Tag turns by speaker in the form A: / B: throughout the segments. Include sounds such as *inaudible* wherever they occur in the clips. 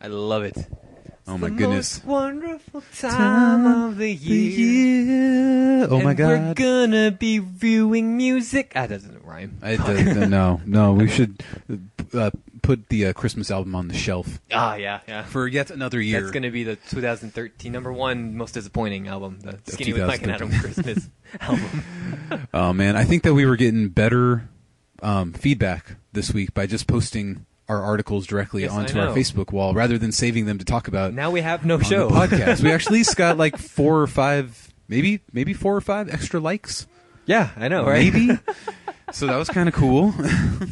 A: I love it.
B: Oh my goodness.
A: Most wonderful time, of the
B: The
A: year.
B: year. Oh my
A: And We're
B: god.
A: gonna be viewing music. Ah, doesn't rhyme.
B: I, the, the, no, no. We should uh, put the uh, Christmas album on the shelf
A: Ah, yeah, yeah.
B: for yet another year.
A: That's gonna be the 2013 number one most disappointing album, the Skinny with Mike and Adam
B: 2013.
A: Christmas *laughs* album.
B: Oh man, I think that we were getting better um, feedback this week by just posting our articles directly
A: Yes, I
B: onto our
A: know.
B: Facebook wall rather than saving them to talk about
A: Now we have no
B: on the
A: show.
B: podcast. we actually got like four or five, maybe maybe four or five extra likes,
A: *laughs* yeah, I know, right? *laughs*
B: maybe. so that was kind of cool.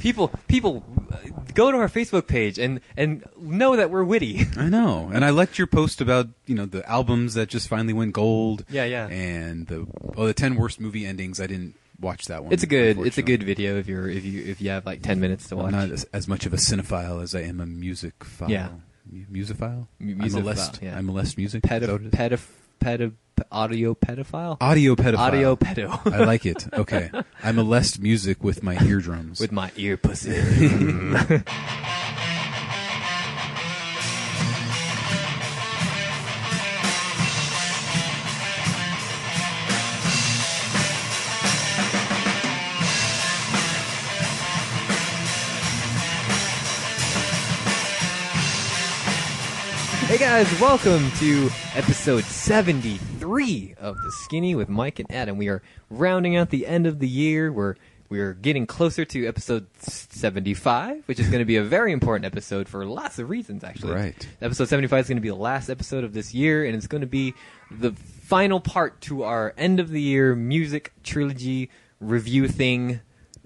A: people, people, uh, go to our Facebook page and and know that we're witty.
B: I know, and I liked your post about you know the albums that just finally went gold.
A: Yeah, yeah.
B: And the oh the ten worst movie endings. I didn't watch that one.
A: It's a good, it's a
B: unfortunately.
A: good video if you're if you if you have like 10 minutes to watch.
B: I'm not as, as much of a cinephile as I am a music file.
A: Yeah.
B: Musophile?
A: Mu-
B: I
A: musophile,
B: molest.
A: yeah.
B: I molest music. Is that what
A: Pedoph
B: it is?
A: pedoph pedo, audio pedophile.
B: Audio pedophile.
A: Audio pedo.
B: *laughs* I like it. Okay. I molest music with my eardrums.
A: With my ear pussy. *laughs* hey guys, welcome to episode 73 of The Skinny with Mike and Adam. We are rounding out the end of the year. We're we're getting closer to episode 75, which is going to be a very important episode for lots of reasons actually.
B: Right.
A: Episode 75 is going to be the last episode of this year and it's going to be the final part to our end of the year music trilogy review thing.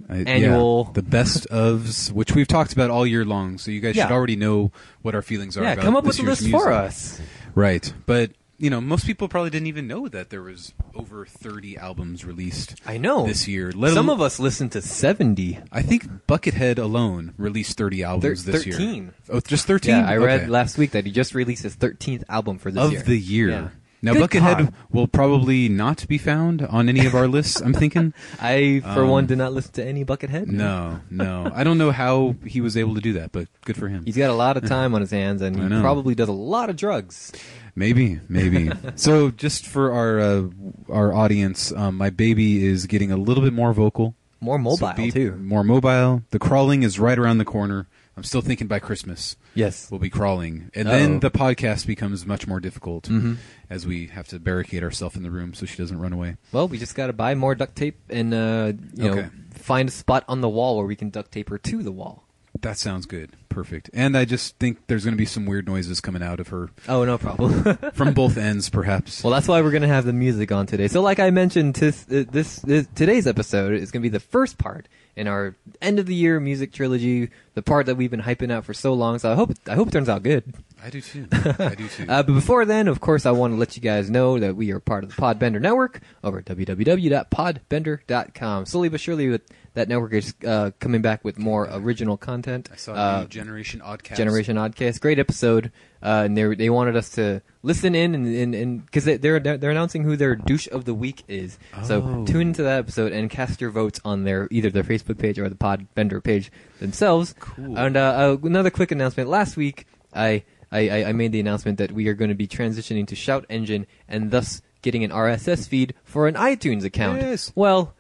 B: I- yeah.
A: annual-
B: the best ofs, which we've talked about all year long, so you guys
A: Yeah.
B: should already know what our feelings are
A: Yeah,
B: about
A: come up
B: this
A: with a
B: year's
A: list for
B: music.
A: us.
B: Right. But, you know, most people probably didn't even know that there was over 30 albums released
A: I know.
B: this year. Let
A: Some
B: al-
A: of us listen to 70.
B: I think Buckethead alone released 30 albums
A: Thir-
B: this
A: 13.
B: year. Oh, just 13?
A: Yeah, I read
B: Okay.
A: last week that he just released his 13th album for this
B: of
A: year.
B: the year.
A: Yeah.
B: Now,
A: Good
B: Buckethead
A: God.
B: will probably not be found on any of our lists,
A: *laughs*
B: I'm thinking.
A: I, for
B: Um,
A: one, did not listen to any Buckethead.
B: No, no. I don't know how he was able to do that, but good for him.
A: He's got a lot of time on his hands, *laughs* and he
B: I know.
A: probably does a lot of drugs.
B: Maybe, maybe.
A: *laughs*
B: so, just for our uh, our audience, um, my baby is getting a little bit more vocal.
A: More mobile,
B: So be
A: too.
B: More mobile. The crawling is right around the corner. I'm still thinking by Christmas
A: Yes.
B: we'll be crawling, and
A: Uh-oh. Mm-hmm.
B: then the podcast becomes much more difficult as we have to barricade ourselves in the room so she doesn't run away.
A: Well, we just got to buy more duct tape and, uh, you know,
B: Okay.
A: find a spot on the wall where we can duct tape her to the wall.
B: That sounds good. Perfect. And I just think there's going to be some weird noises coming out
A: *laughs*
B: of her
A: Oh, no problem.
B: from both ends, perhaps.
A: Well, that's why we're gonna have the music on today. So, like I mentioned, this, uh, this, this today's episode is gonna be the first part in our end of the year music trilogy, the part that we've been hyping out for so long. So, I hope I hope it turns out good.
B: I
A: *laughs*
B: do too. I do too.
A: Uh, but before then, of course, I want to let you guys know that we are part of the Podbender Network over at www.podbender.com. Slowly but surely, with that network is uh, coming back with more original content.
B: I saw
A: Uh,
B: new Generation Oddcast.
A: Generation Oddcast. Great episode. Uh, and they they wanted us to listen in and and and because they, they're they're announcing who their douche of the week is. So
B: Oh.
A: tune into that episode and cast your votes on their either their Facebook page or the Pod Vendor page themselves.
B: Cool.
A: And uh, uh, another quick announcement. Last week, I. I, I- I made the announcement that we are going to be transitioning to Shout Engine and thus getting an RSS feed for an iTunes account.
B: Yes.
A: Well,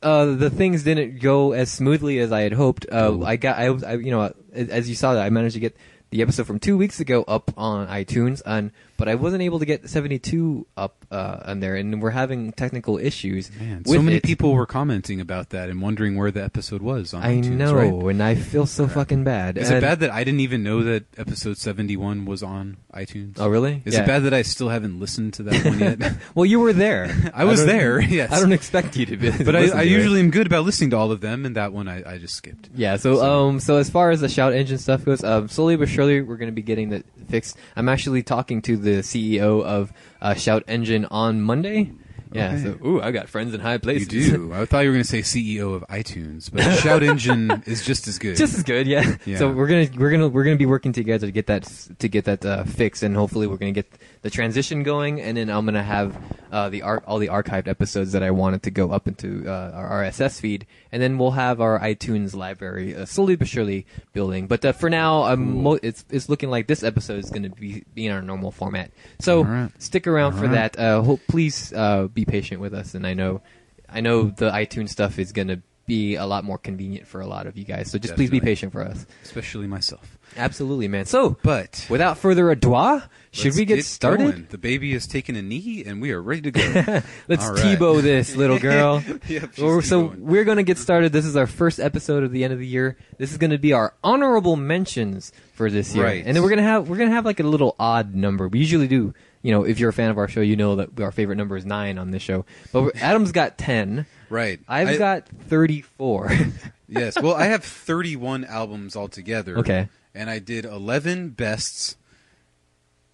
A: uh, the things didn't go as smoothly as I had hoped. Uh, I got, I, was- I, you know, as as you saw that I managed to get the episode from two weeks ago up on iTunes, and but I wasn't able to get 72 up uh, on there, and we're having technical issues.
B: Man,
A: with
B: so many
A: it.
B: people were commenting about that and wondering where the episode was on
A: I
B: iTunes,
A: know,
B: right?
A: and I feel so fucking bad.
B: Is
A: And-
B: it bad that I didn't even know that episode 71 was on iTunes?
A: Oh, really?
B: Is
A: Yeah.
B: it bad that I still haven't listened to that one
A: *laughs*
B: yet? *laughs*
A: Well, you were there.
B: I was
A: don't-
B: there, yes.
A: *laughs* I don't expect you to be.
B: *laughs* but
A: listen
B: I, I
A: to it.
B: usually am good about listening to all of them, and that one I, I just skipped.
A: Yeah, so um, so as far as the shout engine stuff goes, um, slowly but surely we're going to be getting that E fixed. I'm actually talking to the CEO of uh, Shout Engine on Monday, Yeah.
B: Okay.
A: So, ooh, I got friends in high
B: You
A: places. *laughs*
B: do. I thought you were going to say CEO of iTunes, but Shout Engine is just as good.
A: Just as good, yeah. *laughs*
B: Yeah.
A: So we're gonna we're gonna we're gonna be working together to get that to get that uh, fixed, and hopefully we're gonna get the transition going. And then I'm gonna have uh, the ar- all the archived episodes that I wanted to go up into uh, our RSS feed, and then we'll have our iTunes library uh, slowly but surely building. But uh, for now, i mo- it's it's looking like this episode is gonna be, be in our normal format. So
B: All right.
A: stick around
B: All
A: for
B: right.
A: that. Uh, hope, please uh, be patient with us, and I know I know the iTunes stuff is gonna be a lot more convenient for a lot of you guys. So just please be
B: Definitely.
A: patient for us.
B: Especially myself.
A: Absolutely, man. So,
B: But
A: without further ado, should
B: let's
A: we get, started?
B: going. The baby has taken a knee, and we are
A: *laughs*
B: ready to go. *laughs*
A: Let's
B: All right.
A: Tebow this little girl.
B: Yep, she's
A: Or- so
B: Tebowing.
A: we're going to get started. This is our first episode of the end of the year. This is going to be our honorable mentions for this year,
B: Right.
A: and then we're gonna have we're gonna have like a little odd number. We usually do. You know, if you're a fan of our show, you know that our favorite number is nine on this show. But we're- Adam's got ten.
B: Right.
A: I've
B: I-
A: got thirty-four. *laughs*
B: yes. Well, I have 31 albums altogether.
A: Okay.
B: And I did 11 bests,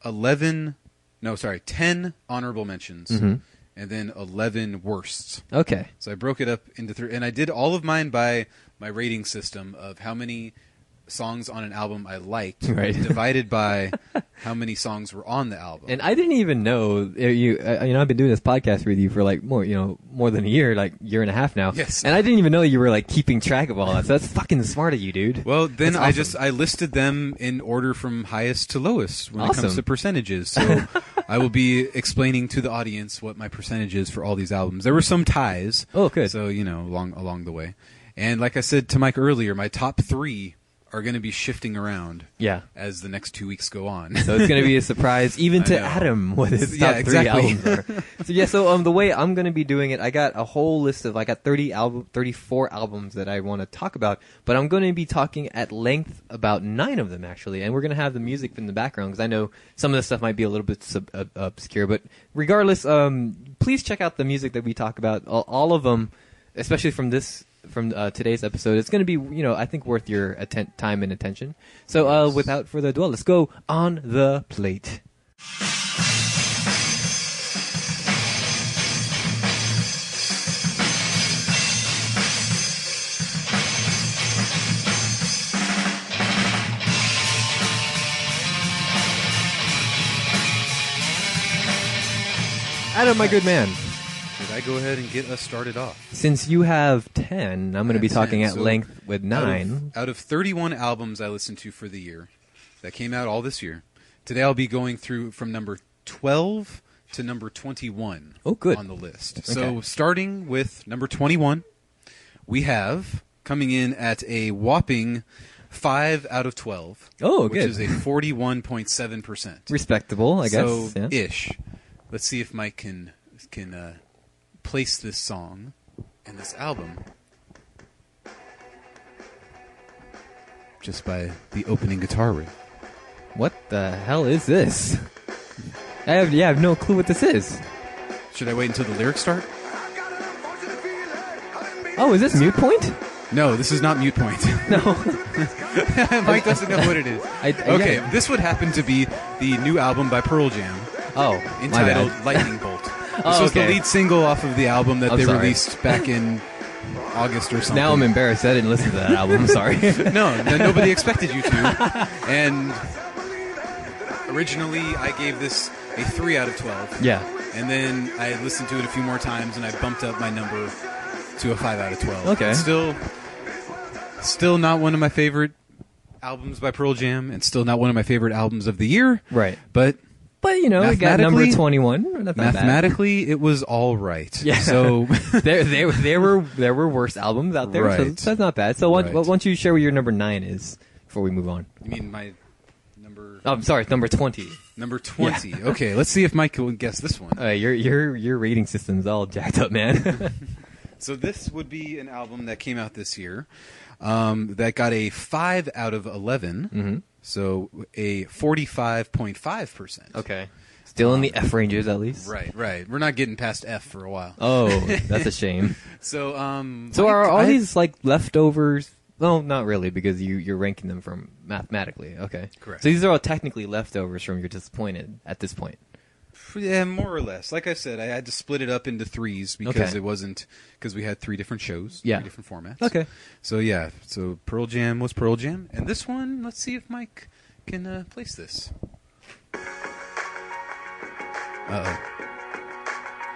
B: 11, no, sorry, 10 honorable mentions,
A: Mm-hmm.
B: and then 11 worsts.
A: okay.
B: So I broke it up into three, and I did all of mine by my rating system of how many songs on an album I liked,
A: Right.
B: divided by how many songs were on the album.
A: And I didn't even know uh, you. uh, You know, I've been doing this podcast with you for like more, you know, more than a year, like year and a half now.
B: Yes.
A: And I didn't even know you were like keeping track of all that. So that's fucking smart of you, dude.
B: well, then
A: That's
B: I
A: awesome.
B: just I listed them in order from highest to lowest when it comes
A: Awesome.
B: to percentages.
A: *laughs*
B: So I will be explaining to the audience what my percentage is for all these albums. There were some ties.
A: Oh, good.
B: So you know, along along the way, and like I said to Mike earlier, my top three are going to be shifting around
A: Yeah.
B: as the next two weeks go on.
A: So it's gonna be a surprise even
B: I
A: to
B: know.
A: Adam what his
B: Yeah,
A: top three
B: exactly.
A: albums are. So yeah, so um, the way I'm gonna be doing it, I got a whole list of I got 30 album, 34 albums that I want to talk about, but I'm gonna be talking at length about nine of them actually, and we're gonna have the music in the background because I know some of the stuff might be a little bit sub- ob- obscure, but regardless, um, please check out the music that we talk about, all, all of them, especially from this. From uh, today's episode, it's going to be you know I think worth your atten- time and attention. So uh,
B: Yes.
A: without further ado, let's go on the plate. Adam, my good man.
B: *laughs* Should I go ahead and get us started off?
A: Since you have ten, I'm going to
B: I
A: be
B: have
A: talking
B: 10,
A: at
B: so
A: length with
B: Out
A: nine.
B: of, out of 31 albums I listened to for the year that came out all this year, today I'll be going through from number 12 to number 21
A: Oh, good.
B: on the list.
A: Okay.
B: So starting with number 21, we have coming in at a whopping 5 out of 12.
A: Oh,
B: Which
A: good.
B: is a 41.7%.
A: Respectable, I guess.
B: So
A: yeah.
B: ish. Let's see if Mike can can uh, place this song and this album just by the opening guitar riff.
A: What the hell is this? *laughs* I have yeah, I have no clue what this is.
B: Should I wait until the lyrics start?
A: Oh, is this mute point?
B: No, this is not mute point.
A: *laughs*
B: *laughs*
A: No.
B: Mike doesn't know what it is.
A: I- I-
B: okay,
A: yeah.
B: this would happen to be the new album by Pearl Jam
A: Oh, my
B: entitled
A: bad. *laughs*
B: Lightning Bolt. This
A: Oh,
B: was the
A: okay.
B: lead single off of the album that
A: I'm
B: they
A: sorry.
B: released
A: *laughs*
B: back in August or something.
A: Now I'm embarrassed. I didn't listen to
B: *laughs*
A: that album. I'm sorry. *laughs*
B: no, no, nobody expected you to. And originally, I gave this a three out of twelve.
A: yeah.
B: And then I listened to it a few more times, and I bumped up my number to a five out of twelve.
A: Okay.
B: It's Still, still not one of my favorite albums by Pearl Jam, and still not one of my favorite albums of the year.
A: Right.
B: But
A: But you know, it got number
B: Mathematically-
A: 21. Not that bad.
B: mathematically, it was all right.
A: Yeah. *laughs*
B: So.
A: there, there, there were there were worse albums out there, so
B: Right.
A: that's not bad. So, why,
B: Right.
A: why don't you share what your number nine is before we move on?
B: you mean my number
A: Oh, I'm sorry, number twenty.
B: number twenty? Okay, let's see if Mike can guess this one.
A: Uh, your your your rating system's all jacked up, man. *laughs*
B: So this would be an album that came out this year um, that got a five out of 11
A: Mm-hmm.
B: So a forty-five point five percent.
A: okay, still in the F ranges at least.
B: Um, Right, right. We're not getting past F for a while. *laughs*
A: Oh, that's a shame.
B: So, um,
A: So
B: Mike,
A: are all
B: I-
A: these like leftovers? Well, not really, because you you're ranking them from mathematically. Okay,
B: Correct.
A: So these are all technically leftovers from you're disappointed at this point.
B: Yeah, eh, more or less. Like I said, I had to split it up into threes because
A: Okay.
B: it wasn't because we had three different shows,
A: Yeah.
B: three different formats.
A: Okay.
B: So yeah, so Pearl Jam was Pearl Jam, and this one, let's see if Mike can uh, place this. Uh oh.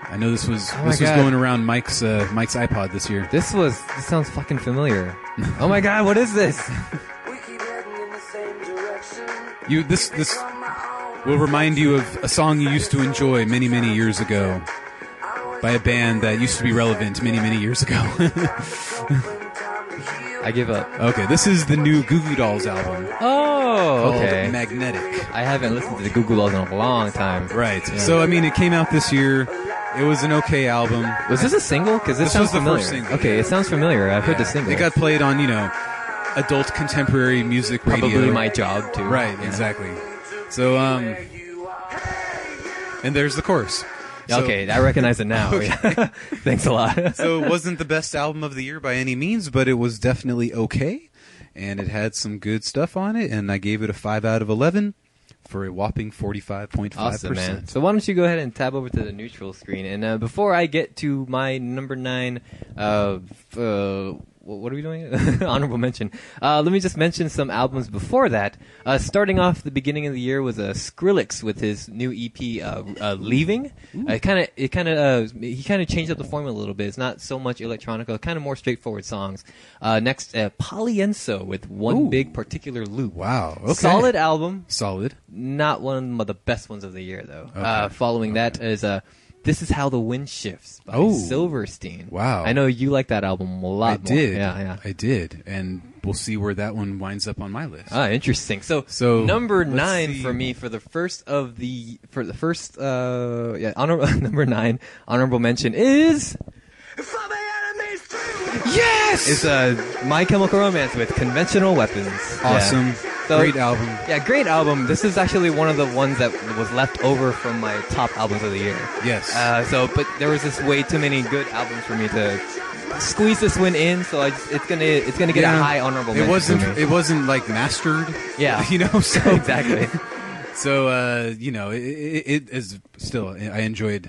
B: I know this was
A: Oh my
B: this was
A: God.
B: going around Mike's uh, Mike's iPod this year.
A: This was. This sounds fucking
B: *laughs*
A: familiar. oh my god, what is this?
C: We keep heading in the same direction.
B: You this this
C: Become my own
B: will remind you of a song you used to enjoy many many years ago by a band that used to be relevant many many years ago. *laughs*
A: I give up.
B: Okay, this is the new Goo Goo Dolls album
A: Oh,
B: called
A: okay.
B: Magnetic.
A: I haven't listened to the Google Dolls in a long time.
B: Right. So I mean, it came out this year. It was an okay album.
A: Was this a single? Because this
B: This
A: sounds
B: was the
A: familiar.
B: first single.
A: Okay, it sounds familiar. I've heard the single.
B: It got played on you know adult contemporary music radio.
A: probably my job too.
B: right.
A: Yeah.
B: Exactly. So um, and there's the chorus.
A: *laughs*
B: So-
A: okay, I recognize it now. Thanks a lot.
B: so it wasn't the best album of the year by any means, but it was definitely okay, and it had some good stuff on it. And I gave it a five out of eleven for a whopping forty-five point five
A: Awesome, man.
B: percent.
A: So why don't you go ahead and tab over to the neutral screen? And uh, before I get to my number nine, uh, f- uh, wh- what are we doing? *laughs* Honorable mention. Uh, let me just mention some albums before that. Uh, starting off the beginning of the year was uh, Skrillex with his new EP, uh, uh, "Leaving." Uh, kind of, it kind of, uh, he kind of changed up the formula a little bit. It's not so much electronica, kind of more straightforward songs. Uh, next, uh, Polyenso with one
B: Ooh.
A: big particular loop.
B: Wow. Okay.
A: Solid album
B: Solid.
A: not one of the best ones of the year though. Uh, following that is uh, "This Is How the Wind Shifts" by
B: Oh.
A: Silverstein.
B: Wow.
A: I know you like that album a lot.
B: I
A: more.
B: did.
A: Yeah, yeah.
B: I did, and we'll see where that one winds up on my list.
A: Ah, interesting. So,
B: So,
A: number
B: let's
A: nine
B: see.
A: for me for the first of the for the first uh yeah honor, *laughs* number nine honorable mention is
C: For the enemy's too.
A: yes is uh My Chemical Romance with Conventional Weapons. Yeah.
B: awesome.
A: So-
B: Great album.
A: Yeah, great album. This is actually one of the ones that was left over from my top albums of the year.
B: Yes.
A: Uh, so, but there was just way too many good albums for me to squeeze this one in. So I just, it's gonna it's gonna get a high honorable.
B: It
A: mention
B: wasn't.
A: For me.
B: It wasn't like mastered.
A: Yeah.
B: *laughs*
A: *laughs*
B: You know. So
A: exactly.
B: *laughs* So uh, you know, it, it, it is still. I enjoyed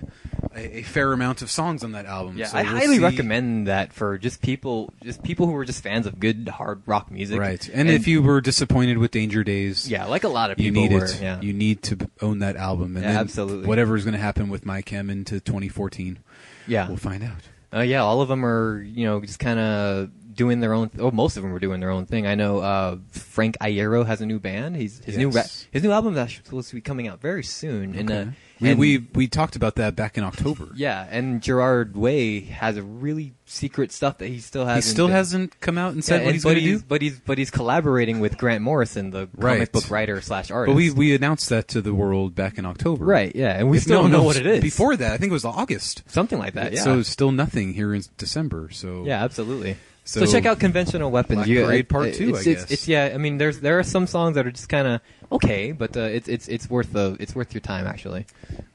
B: a, a fair amount of songs on that album.
A: Yeah,
B: so
A: I
B: we'll
A: highly
B: see.
A: recommend that for just people, just people who are just fans of good hard rock music.
B: Right, and, if you were disappointed with Danger Days,
A: yeah, like a lot of
B: you
A: people
B: need
A: were.
B: it.
A: Yeah.
B: You need to own that album, and
A: Yeah,
B: then
A: absolutely.
B: whatever is going to happen with My Chem into 2014,
A: yeah.
B: we'll find out.
A: Uh, yeah, all of them are, you know, just kind of doing their own. oh, most of them are doing their own thing. I know uh, Frank Iero has a new band. He's his new ra-
B: Yes.
A: his new album is actually supposed to be coming out very soon. And, uh,
B: we,
A: and-
B: we we talked about that back in October.
A: yeah, and Gerard Way has a really secret stuff that he still
B: he
A: has.
B: still hasn't come out and said what he's
A: but
B: going to do.
A: he's but he's but he's collaborating with Grant Morrison, the comic
B: Right.
A: book writer slash artist.
B: But we we announced that to the world back in October.
A: right, yeah, and we
B: If
A: still
B: no
A: don't know
B: one
A: what
B: else-
A: it is
B: Before that, I think it was August.
A: something like that. Yeah,
B: So still nothing here in December. So
A: Yeah, absolutely. So,
B: So-
A: check out conventional weapons.
B: Black Parade Part Two,
A: It's,
B: I
A: it's-
B: guess.
A: it's- yeah. I mean, there's there are some songs that are just kind of okay, but uh, it's it's it's worth the it's worth your time
B: *laughs*
A: actually.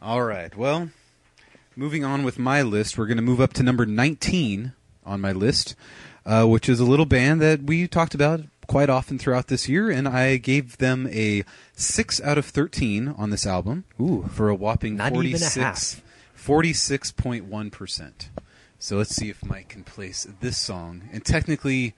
B: All right. Well, moving on with my list, we're going to move up to number 19 on my list, uh, which is a little band that we talked about quite often throughout this year, and I gave them a 6 out of 13 on this album
A: Ooh.
B: for a whopping
A: Not even a
B: 46,
A: half.
B: 46.1%. So let's see if Mike can place this song. And technically,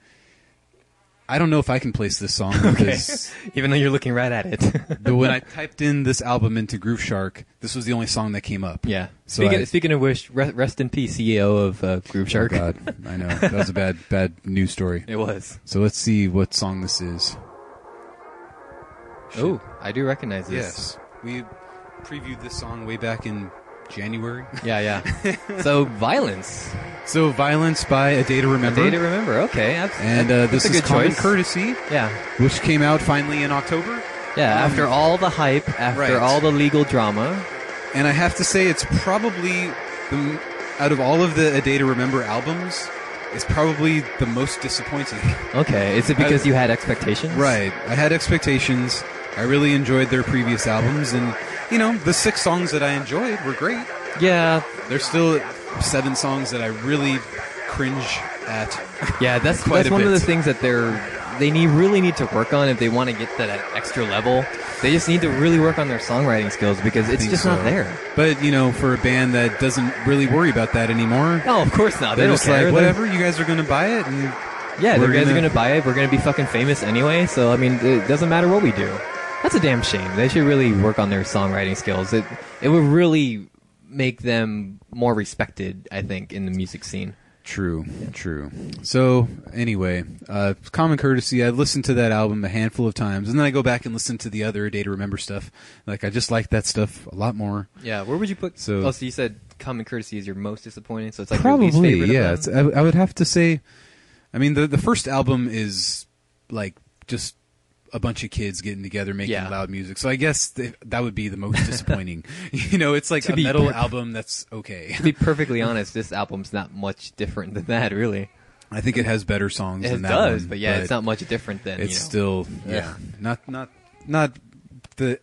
B: I don't know if I can place this
A: *laughs*
B: song because
A: Even though you're looking right at it.
B: but when I typed in this album into Groove Shark, this was the only song that came
A: *laughs*
B: up.
A: yeah.
B: *laughs* So
A: speaking,
B: I-
A: speaking of which, re- rest in peace, CEO of uh, Groove
B: Oh,
A: Shark.
B: God, I know that was a bad, bad news story.
A: *laughs* It was.
B: So let's see what song this is.
A: Oh, I do recognize this.
B: Yes, we previewed this song way back in January.
A: Yeah, yeah. so violence.
B: *laughs* So "Violence" by A Day to Remember,
A: Day to remember. Okay. Abs-
B: Mm-hmm. and uh,
A: that's
B: this
A: a
B: is
A: good
B: "Common
A: choice.
B: Courtesy,"
A: Yeah.
B: which came out finally in October.
A: Yeah,
B: Um,
A: after all the hype, after
B: right.
A: all the legal drama,
B: And I have to say, it's probably the m- out of all of the "A Day to Remember" albums, it's probably the most disappointing. *laughs*
A: okay, is it
B: I-
A: because you had expectations?
B: Right. I had expectations. I really enjoyed their previous albums, and you know, the six songs that I enjoyed were great.
A: Yeah,
B: There's still seven songs that I really cringe at.
A: Yeah, that's
B: *laughs* Quite
A: that's
B: a
A: one of
B: bit.
A: the things that they're they need really need to work on if they want to get to that extra level. They just need to really work on their songwriting skills because it's
B: think
A: just
B: so.
A: not there.
B: But you know, for a band that doesn't really worry about that anymore,
A: No, Oh, of course not. They
B: they're
A: don't
B: just
A: care.
B: like,
A: They're-
B: whatever. You guys are going to buy it, and
A: Yeah, the
B: We're
A: guys are
B: gonna-
A: gonna buy it. We're gonna be fucking famous anyway. So I mean, it doesn't matter what we do. That's a damn shame. They should really work on their songwriting skills. It it would really make them more respected, I think, in the music scene.
B: True, true. So anyway, uh, common courtesy. I've listened to that album a handful of times, and then I go back and listen to the other Day to Remember stuff. Like I just like that stuff a lot more.
A: Yeah, where would you put?
B: So-
A: oh, so you said common courtesy is your most disappointing. So it's like your least
B: Probably,
A: favorite of
B: yeah.
A: them?
B: It's, I, I would have to say. I mean, the the first album is like just a bunch of kids getting together making
A: Yeah.
B: loud music. So I guess th- that would be the most
A: *laughs*
B: disappointing. you know, it's like
A: To
B: a
A: be
B: metal
A: per-
B: album that's okay.
A: to be perfectly honest, this album's not much different than that, really.
B: I think it has better songs
A: It
B: than that
A: does,
B: one,
A: but yeah, it's not much different than.
B: it's
A: you know.
B: still yeah,
A: Ugh.
B: not not not the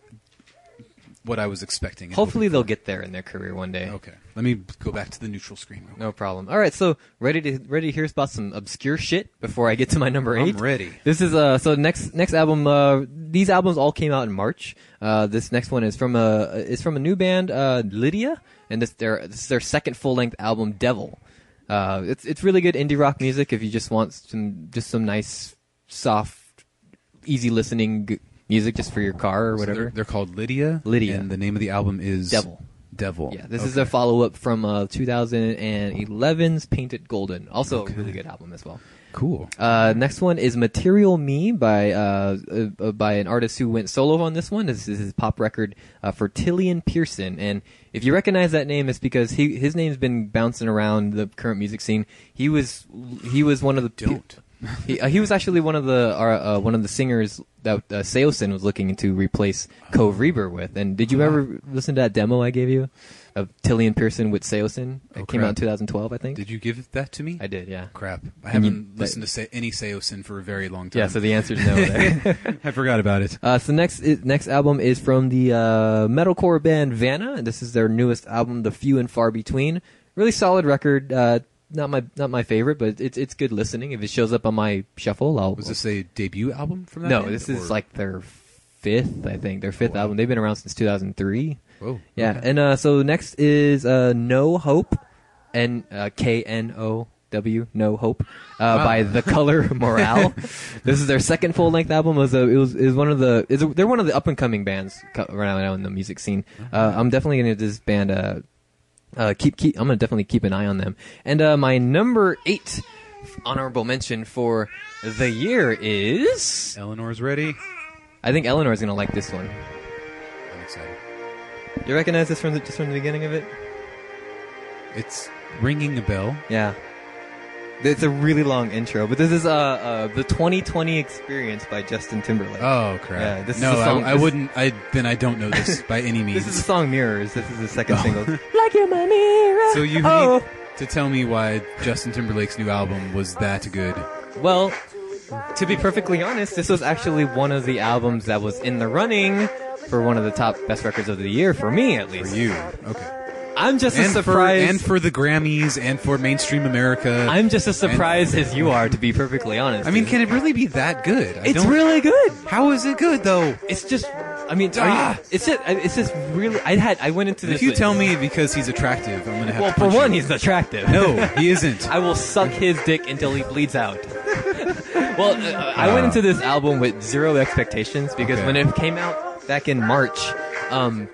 B: what I was expecting. and
A: Hopefully, they'll get there in their career one day.
B: hoping- okay. Let me go back to the neutral screen. real quick.
A: No problem. All right, so ready to ready to hear about some obscure shit before I get to my number
B: I'm
A: eight.
B: ready.
A: This is uh so next next album. Uh, these albums all came out in March. Uh, this next one is from a is from a new band, uh, Lydia, and this their this is their second full length album, Devil. Uh, it's it's really good indie rock music if you just want some just some nice soft, easy listening g- music just for your car or
B: So
A: whatever.
B: they're, they're called Lydia.
A: Lydia.
B: and the name of the album is
A: Devil.
B: Devil.
A: Yeah, this is their follow up from uh, 2011's Painted Golden. Also, a really good album as well.
B: cool.
A: Uh, next one is Material Me by uh, uh, uh, by an artist who went solo on this one. This is his pop record uh, for Tillian Pearson, and if you recognize that name, it's because he his name's been bouncing around the current music scene. He was he was one of the
B: Don't.
A: He, uh, he was actually one of the uh, uh, one of the singers that uh, Seosin was looking to replace Cove Reaver with. And did
B: Uh-huh.
A: you ever listen to that demo I gave you of Tillian Pearson with Seosin? It
B: Oh,
A: came out in
B: crap.
A: 2012, I think.
B: Did you give that to me?
A: I did, yeah.
B: Crap, I
A: And you-
B: haven't listened to say, any Seosin for a very long time.
A: Yeah, so the answer's
B: *laughs*
A: no there.
B: I forgot about it.
A: Uh, so next i- next album is from the uh, metalcore band Vanna, and this is their newest album, The Few and Far Between. Really solid record. Uh, not my not my favorite, but it's it's good listening. If it shows up on my shuffle, I'll.
B: Was this a debut album from that?
A: no,
B: band,
A: this is
B: or-
A: like their fifth, I think, their fifth
B: Wow.
A: album. They've been around since 2003.
B: Whoa,
A: Yeah,
B: okay.
A: and uh, so next is uh, No Hope, and uh, K N O W No Hope uh,
B: Wow.
A: by The Color
B: *laughs*
A: Morale. this is their second full length album. It was a, it was is one of the is they're one of the up and coming bands co- right now in the music scene. Uh, I'm definitely gonna this band. Uh, uh, keep keep. I'm gonna definitely keep an eye on them. And uh, my number eight honorable mention for the year is
B: Eleanor's ready.
A: I think Eleanor's gonna like this one.
B: I'm excited.
A: You recognize this from the, just from the beginning of it?
B: It's ringing a bell.
A: Yeah. It's a really long intro, but this is uh, uh the 2020 experience by Justin Timberlake.
B: Oh crap!
A: Yeah, this is
B: no,
A: a song-
B: I, I
A: this-
B: wouldn't. I then I don't
A: *laughs*
B: know this by any means.
A: this is the song Mirrors. This is the second
B: Oh. *laughs*
A: single. like you're my mirror.
B: so you
A: Oh.
B: need to tell me why Justin Timberlake's new album was that good.
A: Well, to be perfectly honest, this was actually one of the albums that was in the running for one of the top best records of the year for me, at least.
B: For you, okay,
A: I'm just as
B: and for
A: surprised.
B: and for the Grammys and for mainstream America.
A: I'm just as
B: and-
A: surprised as you are, to be perfectly honest.
B: I mean, can it really be that good? I
A: it's
B: don't,
A: really good.
B: How is it good though?
A: It's just, I mean, are you-
B: Ah.
A: it's just, it's just really. I had, I went into this.
B: If you
A: with-
B: tell me because he's attractive, I'm gonna have
A: Well,
B: to
A: for
B: punch
A: one,
B: you.
A: he's attractive.
B: no, he
A: *laughs*
B: isn't.
A: I will suck his dick until he bleeds out.
B: *laughs*
A: well, uh, I went into this album with zero expectations because
B: Okay.
A: when it came out back in March, um,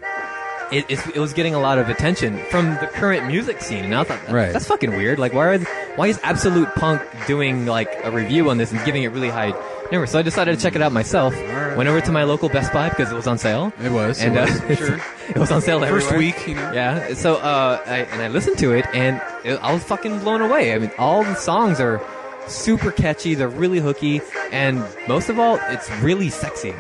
A: it, it, it was getting a lot of attention from the current music scene, and I thought,
B: Right.
A: that's fucking weird. Like, why are th- why is Absolute Punk doing like a review on this and giving it really high? Number? So I decided to check it out myself.
B: right.
A: Went over to my local Best Buy because it was on sale.
B: It was, it
A: and *laughs*
B: was,
A: uh,
B: sure.
A: it was on sale
B: First
A: everywhere.
B: week, you know.
A: Yeah. So, uh, I, and I listened to it, and it, I was fucking blown away. I mean, all the songs are super catchy. They're really hooky, and most of all, it's really sexy.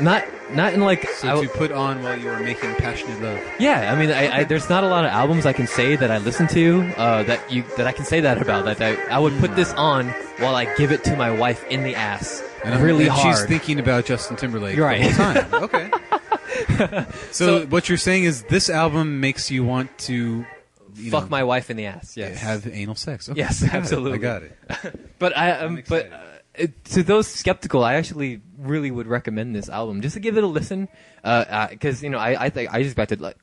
A: Not, not in like. I
B: So
A: w-
B: to put on while you were making passionate love.
A: yeah, I mean, I, I, there's not a lot of albums I can say that I listen to uh, that you that I can say that about. That, that I would
B: Hmm.
A: put this on while I give it to my wife in the ass,
B: I'm-
A: really
B: and
A: hard.
B: She's thinking about Justin Timberlake
A: You're
B: the
A: right.
B: whole time.
A: *laughs*
B: Okay. so,
A: So-
B: what you're saying is this album makes you want to you
A: Fuck
B: know,
A: my wife in the ass. Yes.
B: have anal sex. Okay,
A: Yes,
B: I got it.
A: absolutely.
B: I got it.
A: But I, um, but
B: excited.
A: uh, it- to those skeptical, I actually really would recommend this album just to give it a listen, because uh, because you know I I think I expected like.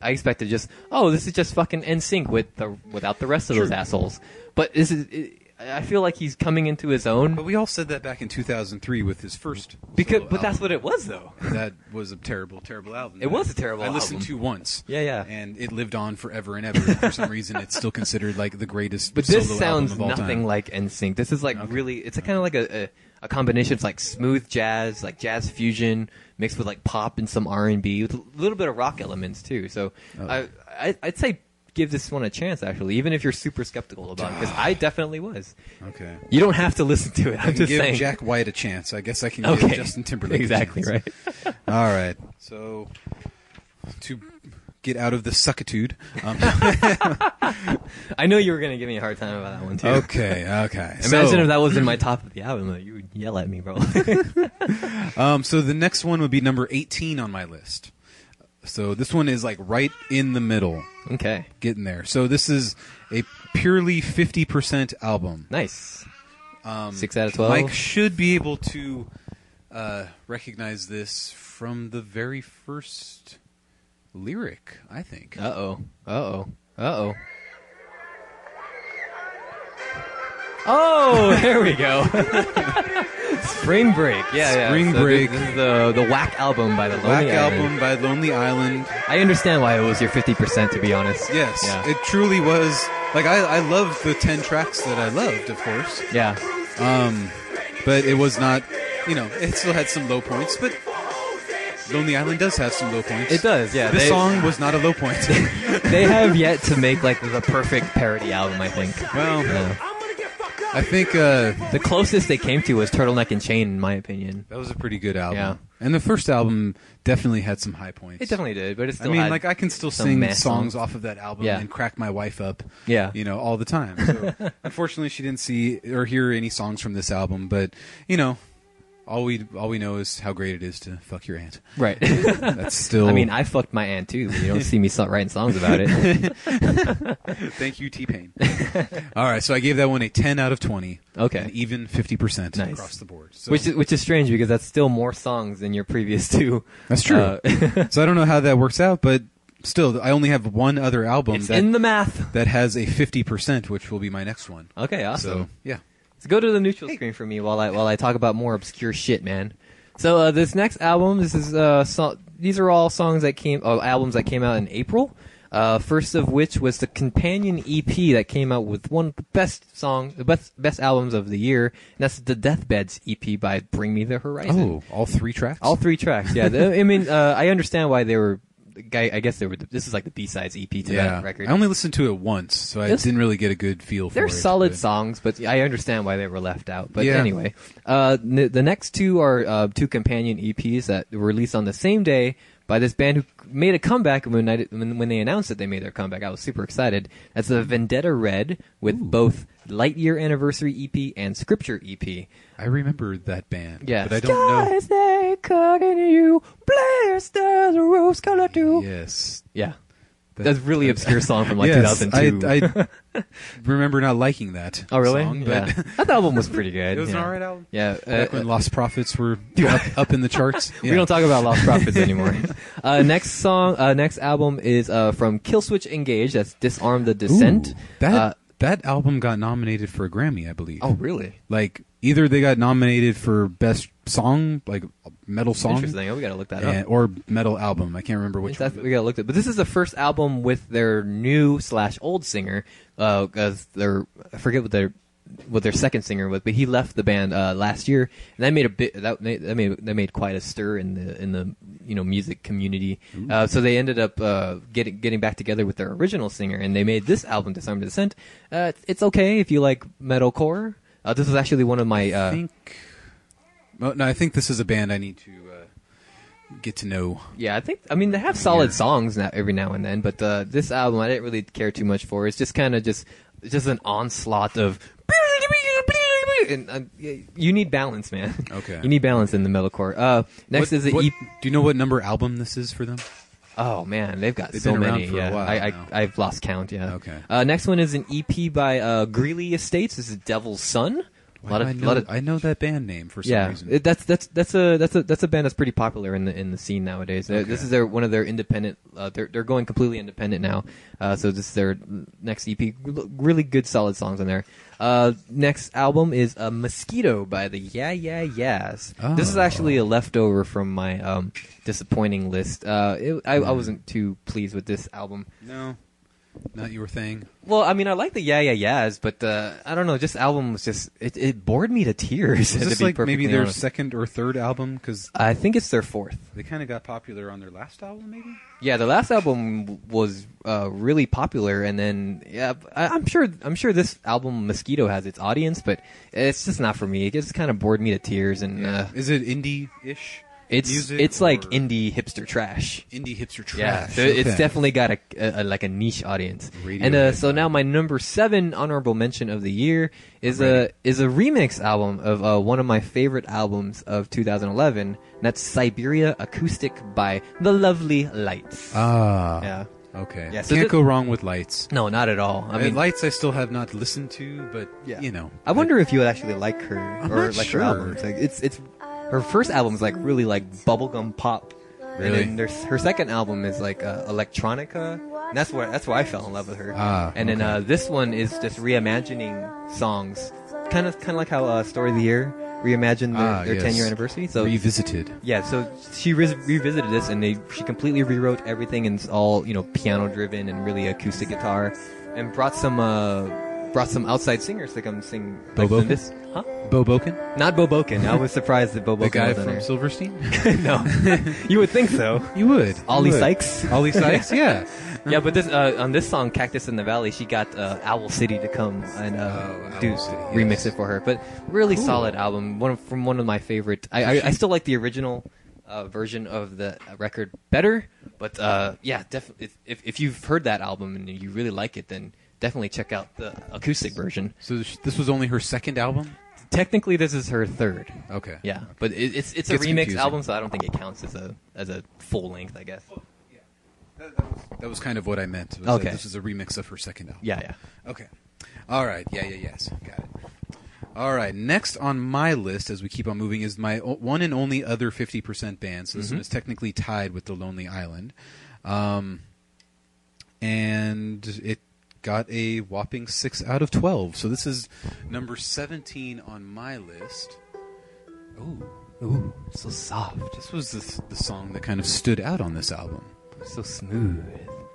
A: I expected just oh this is just fucking NSYNC with the without the rest of those assholes, but this is it, I feel like he's coming into his own
B: But we all said that back in 2003 with his first.
A: because
B: solo
A: but that's
B: album.
A: what it was though.
B: that was a terrible, terrible album.
A: It was a terrible
B: I listened
A: album.
B: to once.
A: Yeah, yeah.
B: And it lived on forever and ever. For some reason, it's still considered like the greatest.
A: But this
B: solo album
A: sounds
B: of all
A: nothing
B: time.
A: like NSYNC. This is like really, it's a kind of like a, a, a combination of like smooth jazz, like jazz fusion mixed with like pop and some R and B with a little bit of rock elements too. So
B: Oh.
A: I, I, I'd say give this one a chance actually, even if you're super skeptical about it, because I definitely was.
B: Okay.
A: You don't have to listen to it. I'm
B: I can
A: just
B: give
A: saying.
B: Jack White a chance. I guess I can
A: *laughs* okay.
B: give Justin Timberlake
A: Exactly
B: a chance.
A: right.
B: All right. So to get out of the suckitude. Um,
A: *laughs* I know you were gonna give me a hard time about that one too.
B: okay. Okay.
A: Imagine
B: so,
A: if that was in my top of the album, like, you would yell at me, bro. *laughs*
B: Um, so the next one would be number 18 on my list. So this one is like right in the middle,
A: okay,
B: getting there. So this is a purely 50% album.
A: nice. Six out of twelve.
B: Um, Mike should be able to uh, recognize this from the very first lyric, I think.
A: Uh oh. Uh oh. Uh oh. *laughs* Oh, there we go. Spring Break. Yeah, yeah.
B: Spring
A: So thi-
B: Break.
A: This is the the Whack album by the
B: Black
A: Lonely Island.
B: album by Lonely Island.
A: I understand why it was your fifty percent, to be honest.
B: Yes,
A: Yeah.
B: it truly was. Like I, I loved the ten tracks that I loved, of course,
A: yeah.
B: but it was not. You know, it still had some low points, but Lonely Island does have some low points.
A: It does. Yeah.
B: This
A: they,
B: song was not a low point.
A: *laughs* They have yet to make like the perfect parody album. I think.
B: well,
A: Yeah.
C: I'm gonna get fucked up.
B: I think uh,
A: The closest they came to was Turtleneck and Chain, in my opinion.
B: that was a pretty good album.
A: Yeah.
B: And the first album definitely had some high points.
A: It definitely did, but it's
B: I
A: still.
B: mean,
A: had-
B: like I can still
A: some
B: sing
A: meh
B: songs,
A: songs.
B: off of that album
A: Yeah.
B: and crack my wife up.
A: Yeah.
B: you know, all the
A: *laughs*
B: time. So, unfortunately, she didn't see or hear any songs from this album, but you know, all we all we know is how great it is to fuck your aunt.
A: right. *laughs*
B: That's still.
A: I mean, I fucked my aunt too. But you
B: *laughs*
A: don't see me so- writing songs about it.
B: thank you,
A: *laughs*
B: T Pain. all right, so I gave that one a ten out of twenty.
A: Okay.
B: an even fifty percent
A: Nice.
B: across the board. So,
A: which is, which is strange because that's still more songs than your previous *laughs* two.
B: that's true.
A: Uh, *laughs*
B: so I don't know how that works out, but still, I only have one other album
A: it's
B: that
A: in the math.
B: that has a fifty percent, which will be my next one.
A: Okay, awesome.
B: So yeah.
A: So go to the neutral screen for me while I while I talk about more obscure shit, man. So uh, this next album, this is uh, so, these are all songs that came uh, albums that came out in April. Uh, first of which was the companion EP that came out with one of the best songs, the best best albums of the year, and that's the Deathbeds EP by Bring Me the Horizon.
B: Oh, all three tracks.
A: All three tracks. Yeah, The- I mean, uh, I understand why they were. I, I guess they were. This is like the B sides EP to
B: yeah.
A: that record.
B: I only listened to it once, so I
A: Yes.
B: didn't really get a good feel for
A: They're
B: it.
A: solid
B: but-
A: songs, but I understand why they were left out. But
B: Yeah.
A: anyway, uh, n- the next two are uh, two companion EPs that were released on the same day by this band who made a comeback when, I, when, when they announced that they made their comeback. I was super excited. That's the Vendetta Red with both Lightyear Anniversary EP and Scripture EP.
B: I remember that band.
A: Yeah,
B: But I don't know.
A: Skies, they cooking you, blessed as a rose color too.
B: Yes.
A: Yeah.
B: That-
A: That's really obscure song from like
B: *laughs* yes,
A: 2002.
B: I, I remember not liking that.
A: *laughs* oh, really?
B: Song,
A: yeah.
B: but
A: that album was pretty good.
B: *laughs* it was
A: yeah.
B: an alright album.
A: Yeah.
B: *laughs* Back
A: uh,
B: when Lost Prophets were up, up
A: *laughs*
B: in the charts.
A: We don't talk about Lost
B: *laughs*
A: Prophets anymore. uh, next song, uh, next album is uh, from Killswitch Engage. That's Disarm the Dissent.
B: That
A: Uh,
B: that album got nominated for a Grammy, I believe.
A: oh, really?
B: Like either they got nominated for best song, like metal song,
A: Interesting. Oh, we gotta look that
B: and-
A: up.
B: Eh, or metal album. I can't remember which.
A: That's,
B: one.
A: we gotta look that. But this is the first album with their new slash old singer. Uh, cause their I forget what their what their second singer was, but he left the band uh, last year, and that made a bit that made that made, that made quite a stir in the in the you know music community. Uh, so they ended up uh, getting getting back together with their original singer, and they made this album, Disarm the Descent. Uh, it's, it's okay if you like metalcore. Uh, this is actually one of my
B: I
A: uh,
B: think. Oh, no, I think this is a band I need to uh, get to know.
A: Yeah, I think I mean they have solid songs now every now and then, but uh, this album I didn't really care too much for. It's just kind of just it's just an onslaught of and uh, y- you need balance, man.
B: Okay.
A: *laughs* you need balance in the metalcore. Uh, next
B: What-
A: is the
B: what-
A: EP.
B: Do you know what number album this is for them?
A: Oh man, they've got
B: They've
A: so
B: been around
A: many.
B: for a
A: yeah,
B: while
A: I,
B: now.
A: I I've lost count. Yeah.
B: Okay.
A: E Uh, next one is an EP by uh, Greeley Estates. This is Devil's Son. A lot
B: I
A: of,
B: know,
A: lot of
B: I know that band name for some
A: yeah,
B: reason.
A: it- that's that's that's a that's a that's a band that's pretty popular in the in the scene nowadays. Uh, This is their one of their independent. Uh, they're they're going completely independent now. Uh, so this is their next EP. L- Really good, solid songs on there. Uh, next album is a Mosquito by the Yeah Yeah Yeahs. This is
B: Oh.
A: actually a leftover from my um, disappointing list. Uh, it, I,
B: Hmm.
A: I wasn't too pleased with this album.
B: no, not your thing.
A: Well, I mean, I like the Yeah Yeah Yeahs, but uh, I don't know. This album was just it, it bored me to tears. *laughs*
B: Is
A: to
B: this
A: be
B: like maybe
A: perfectly
B: their
A: honest.
B: second or third album? Because
A: I think it's their fourth.
B: they kind of got popular on their last album, maybe.
A: Yeah, the last album w- was uh, really popular, and then yeah, I, I'm sure I'm sure this album Mosquito has its audience, but it's just not for me. It just kind of bored me to tears, and uh,
B: Is it indie-ish?
A: it's
B: music
A: it's like
B: or
A: indie hipster trash.
B: indie hipster
A: Yeah,
B: trash.
A: so it's
B: Okay.
A: definitely got a, a, a- like a niche audience.
B: Radio
A: and uh,
B: hit.
A: so now my number seven honorable mention of the year is a is a remix album of uh, one of my favorite albums of 2011. And that's Siberia Acoustic by the Lovely Lights.
B: ah
A: yeah.
B: okay.
A: Yeah, so
B: Can't
A: thi-
B: go wrong with lights.
A: No, not at all. I
B: I
A: mean,
B: lights I still have not listened to, but
A: Yeah.
B: you know.
A: I wonder if you would actually like her or
B: not
A: like
B: sure.
A: her albums. Like it's it's her first album's like really like bubblegum pop.
B: Really?
A: And then there's, her second album is like uh, electronica. And that's where that's where I fell in love with her.
B: Ah,
A: and then
B: okay.
A: uh, this one is just reimagining songs, kind of kind of like how uh, Story of the Year reimagined their,
B: Ah,
A: their
B: yes.
A: 10 year anniversary. So
B: revisited.
A: yeah, so she res- revisited this, and they she completely rewrote everything, and it's all you know piano driven and really acoustic guitar, and brought some uh brought some outside singers to come sing. Like,
B: Bobokin?
A: this, huh?
B: Bo Boken,
A: Not Bobokin. I was surprised that Bobokin
B: the guy
A: was on
B: from Silverstein.
A: there. no, you would think so.
B: you
A: *laughs*
B: would.
A: Ollie
B: you would.
A: Sykes. *laughs*
B: Ollie Sykes. Yeah.
A: yeah, but this uh, on this song "Cactus in the Valley," she got uh, Owl City to come and uh,
B: Oh, Owl
A: do
B: City, yes.
A: remix it for her. But really
B: Cool.
A: solid album, one of, from one of my favorite. I, I, I still like the original uh, version of the record better, but uh, yeah, definitely. If, if you've heard that album and you really like it, then definitely check out the acoustic version.
B: So sh- this was only her second album.
A: Technically, this is her third.
B: Okay.
A: Yeah, but it, it's it's a
B: Gets
A: remix
B: confusing.
A: album, so I don't think it counts as a as a full length. I guess.
B: That, that was, that was kind of what I meant. was that
A: Okay.
B: This is a remix of her second album.
A: Yeah, yeah.
B: Okay. All right. Yeah. Yeah. Yes. Got it. All right. Next on my list, as we keep on moving, is my o- one and only other fifty percent band. So this one is technically tied with the Lonely Island, um, and it got a whopping six out of twelve. So this is number seventeen on my list. Ooh,
A: Ooh, so soft,
B: this was the, s- the song that kind of stood out on this album.
A: so smooth.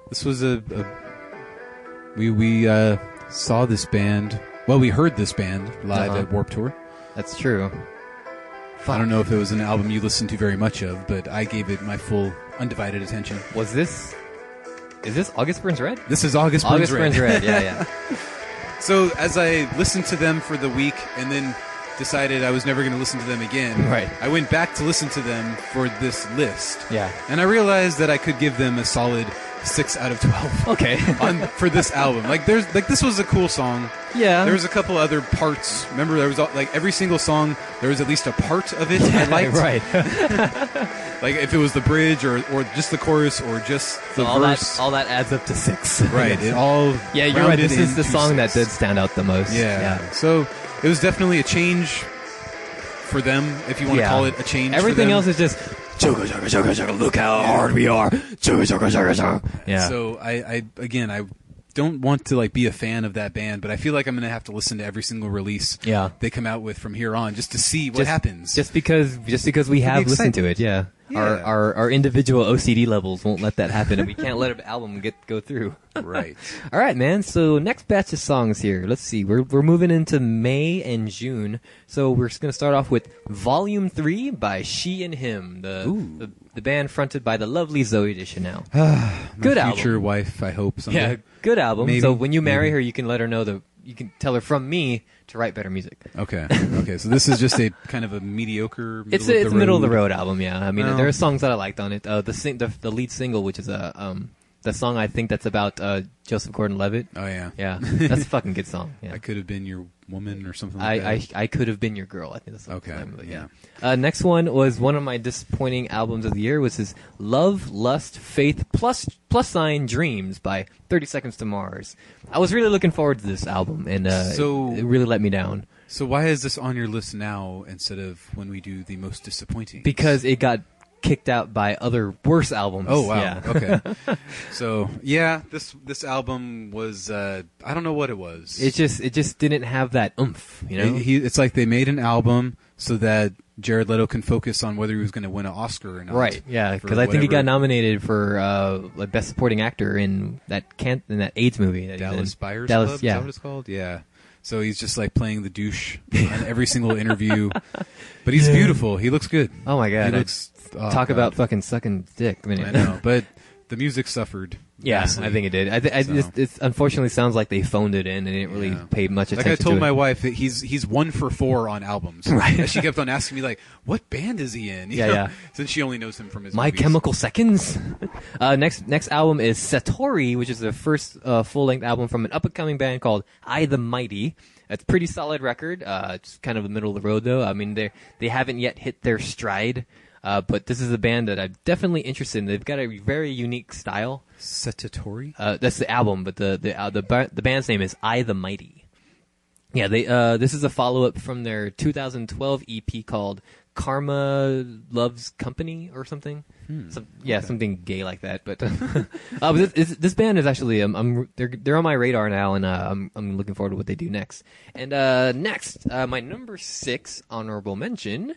B: This was a, a we we uh, saw this band. Well, we heard this band live
A: Uh-huh.
B: at Warp Tour.
A: That's true.
B: I don't know if it was an album you listened to very much of, but I gave it my full undivided attention.
A: Was this? Is this August Burns Red?
B: This is August Burns
A: August
B: Red.
A: Burns Red. Yeah, yeah.
B: *laughs* So as I listened to them for the week and then decided I was never going to listen to them again,
A: Right.
B: I went back to listen to them for this list.
A: Yeah.
B: And I realized that I could give them a solid 6 out of
A: *laughs*
B: 12
A: Okay.
B: *laughs* on for this album. Like there's like this was a cool song.
A: *laughs* yeah.
B: There was a couple other parts. Remember, there was all- like every single song. There was at least a part of
A: *laughs*
B: it I
A: *laughs*
B: liked.
A: right.
B: Like if it was the bridge or or just the chorus or just the
A: So all
B: verse.
A: that all that adds up to six. *laughs*
B: right. It all.
A: yeah, you're right.
B: rounded
A: This is the
B: into
A: song that
B: six.
A: did stand out the most.
B: Yeah. So it was definitely a change for them, if you want
A: Yeah.
B: to call it a change.
A: Everything else
B: is.
A: is just chugga chugga chugga chugga. Look how hard we are. Chugga chugga chugga chugga. Yeah.
B: So I, I again I don't want to like be a fan of that band, but I feel like I'm gonna have to listen to every single release
A: Yeah.
B: they come out with from here on just to see what
A: just,
B: happens.
A: Just because just because we have listened to it. Yeah.
B: Yeah.
A: Our, our our individual OCD levels won't let that happen, and we can't let an *laughs* album get go through.
B: *laughs* right.
A: All right, man. So next batch of songs here. Let's see. We're we're moving into May and June. So we're just gonna start off with Volume Three by She and Him, the
B: Ooh.
A: the, the band fronted by the lovely Zoe Deschanel. *laughs* good
B: *sighs* My
A: album.
B: future wife, I hope. Someday.
A: Yeah, good album.
B: Maybe,
A: so when you marry
B: maybe.
A: her, you can let her know the you can tell her from me to write better music.
B: Okay. Okay. So this is just a *laughs* kind of a mediocre. Middle
A: It's
B: of
A: a, it's
B: the
A: a middle of
B: road.
A: the road album, yeah. I mean,
B: No.
A: there are songs that I liked on it. Uh, the, sing- the the lead single, which is a um, the song I think that's about uh, Joseph Gordon-Levitt.
B: Oh yeah.
A: Yeah, that's a fucking good song. Yeah.
B: *laughs* I could have been your woman or something. Like
A: I, I
B: that.
A: I could have been your girl. I think that's the
B: Okay,
A: Time, but
B: yeah.
A: yeah. Uh, next one was one of my disappointing albums of the year, was his "Love, Lust, Faith Plus Plus Sign Dreams" by Thirty Seconds to Mars. I was really looking forward to this album, and uh,
B: So-
A: it, it really let me down.
B: So why is this on your list now instead of when we do the most disappointing?
A: because it got kicked out by other worse albums.
B: oh wow,
A: Yeah.
B: *laughs*
A: *laughs*
B: okay. So yeah, this this album was uh, I don't know what it was.
A: It just it just didn't have that oomph, you know.
B: It- he, it's like they made an album so that Jared Leto can focus on whether he was going to win an Oscar or not.
A: right? Yeah,
B: for
A: because I think he got
B: whatever
A: nominated for uh, like best supporting actor in that can in that AIDS movie. That he was
B: Dallas
A: in.
B: Buyers
A: Dallas,
B: Club. Is that
A: yeah.
B: what it's called? Yeah. So he's just like playing the douche on every
A: *laughs*
B: single interview, but he's beautiful. He looks good.
A: Oh my god!
B: He looks-
A: I-
B: oh,
A: talk
B: God.
A: about fucking sucking dick. I, mean,
B: I know, but the music suffered.
A: *laughs* yeah,
B: vastly.
A: I think it did. I, th- I
B: So-
A: just it unfortunately sounds like they phoned it in and didn't really
B: Yeah.
A: pay much
B: Like
A: attention.
B: I told
A: to
B: my
A: it.
B: wife, that he's he's one for four
A: *laughs*
B: on albums. Right. she kept on asking me like, "What band is he in?" *laughs* You
A: Yeah,
B: know,
A: yeah.
B: Since she only knows him from his
A: My
B: movies.
A: Chemical Seconds. *laughs* uh, next next album is Satori, which is the first uh, full length album from an up and coming band called I the Mighty. It's a pretty solid record. Uh, it's kind of the middle of the road though. I mean they they haven't yet hit their stride, uh, but this is a band that I'm definitely interested in. They've got a very unique style.
B: Setatori.
A: Uh, that's the album, but the the uh, the, ba- the band's name is I the Mighty. Yeah, they uh, this is a follow up from their 2012 EP E called Karma Loves Company or something. Some, yeah, something gay like that. But, *laughs* uh, but this, this, this band is actually um, I'm they're they're on my radar now, and uh, I'm I'm looking forward to what they do next. And uh, next, uh, my number six honorable mention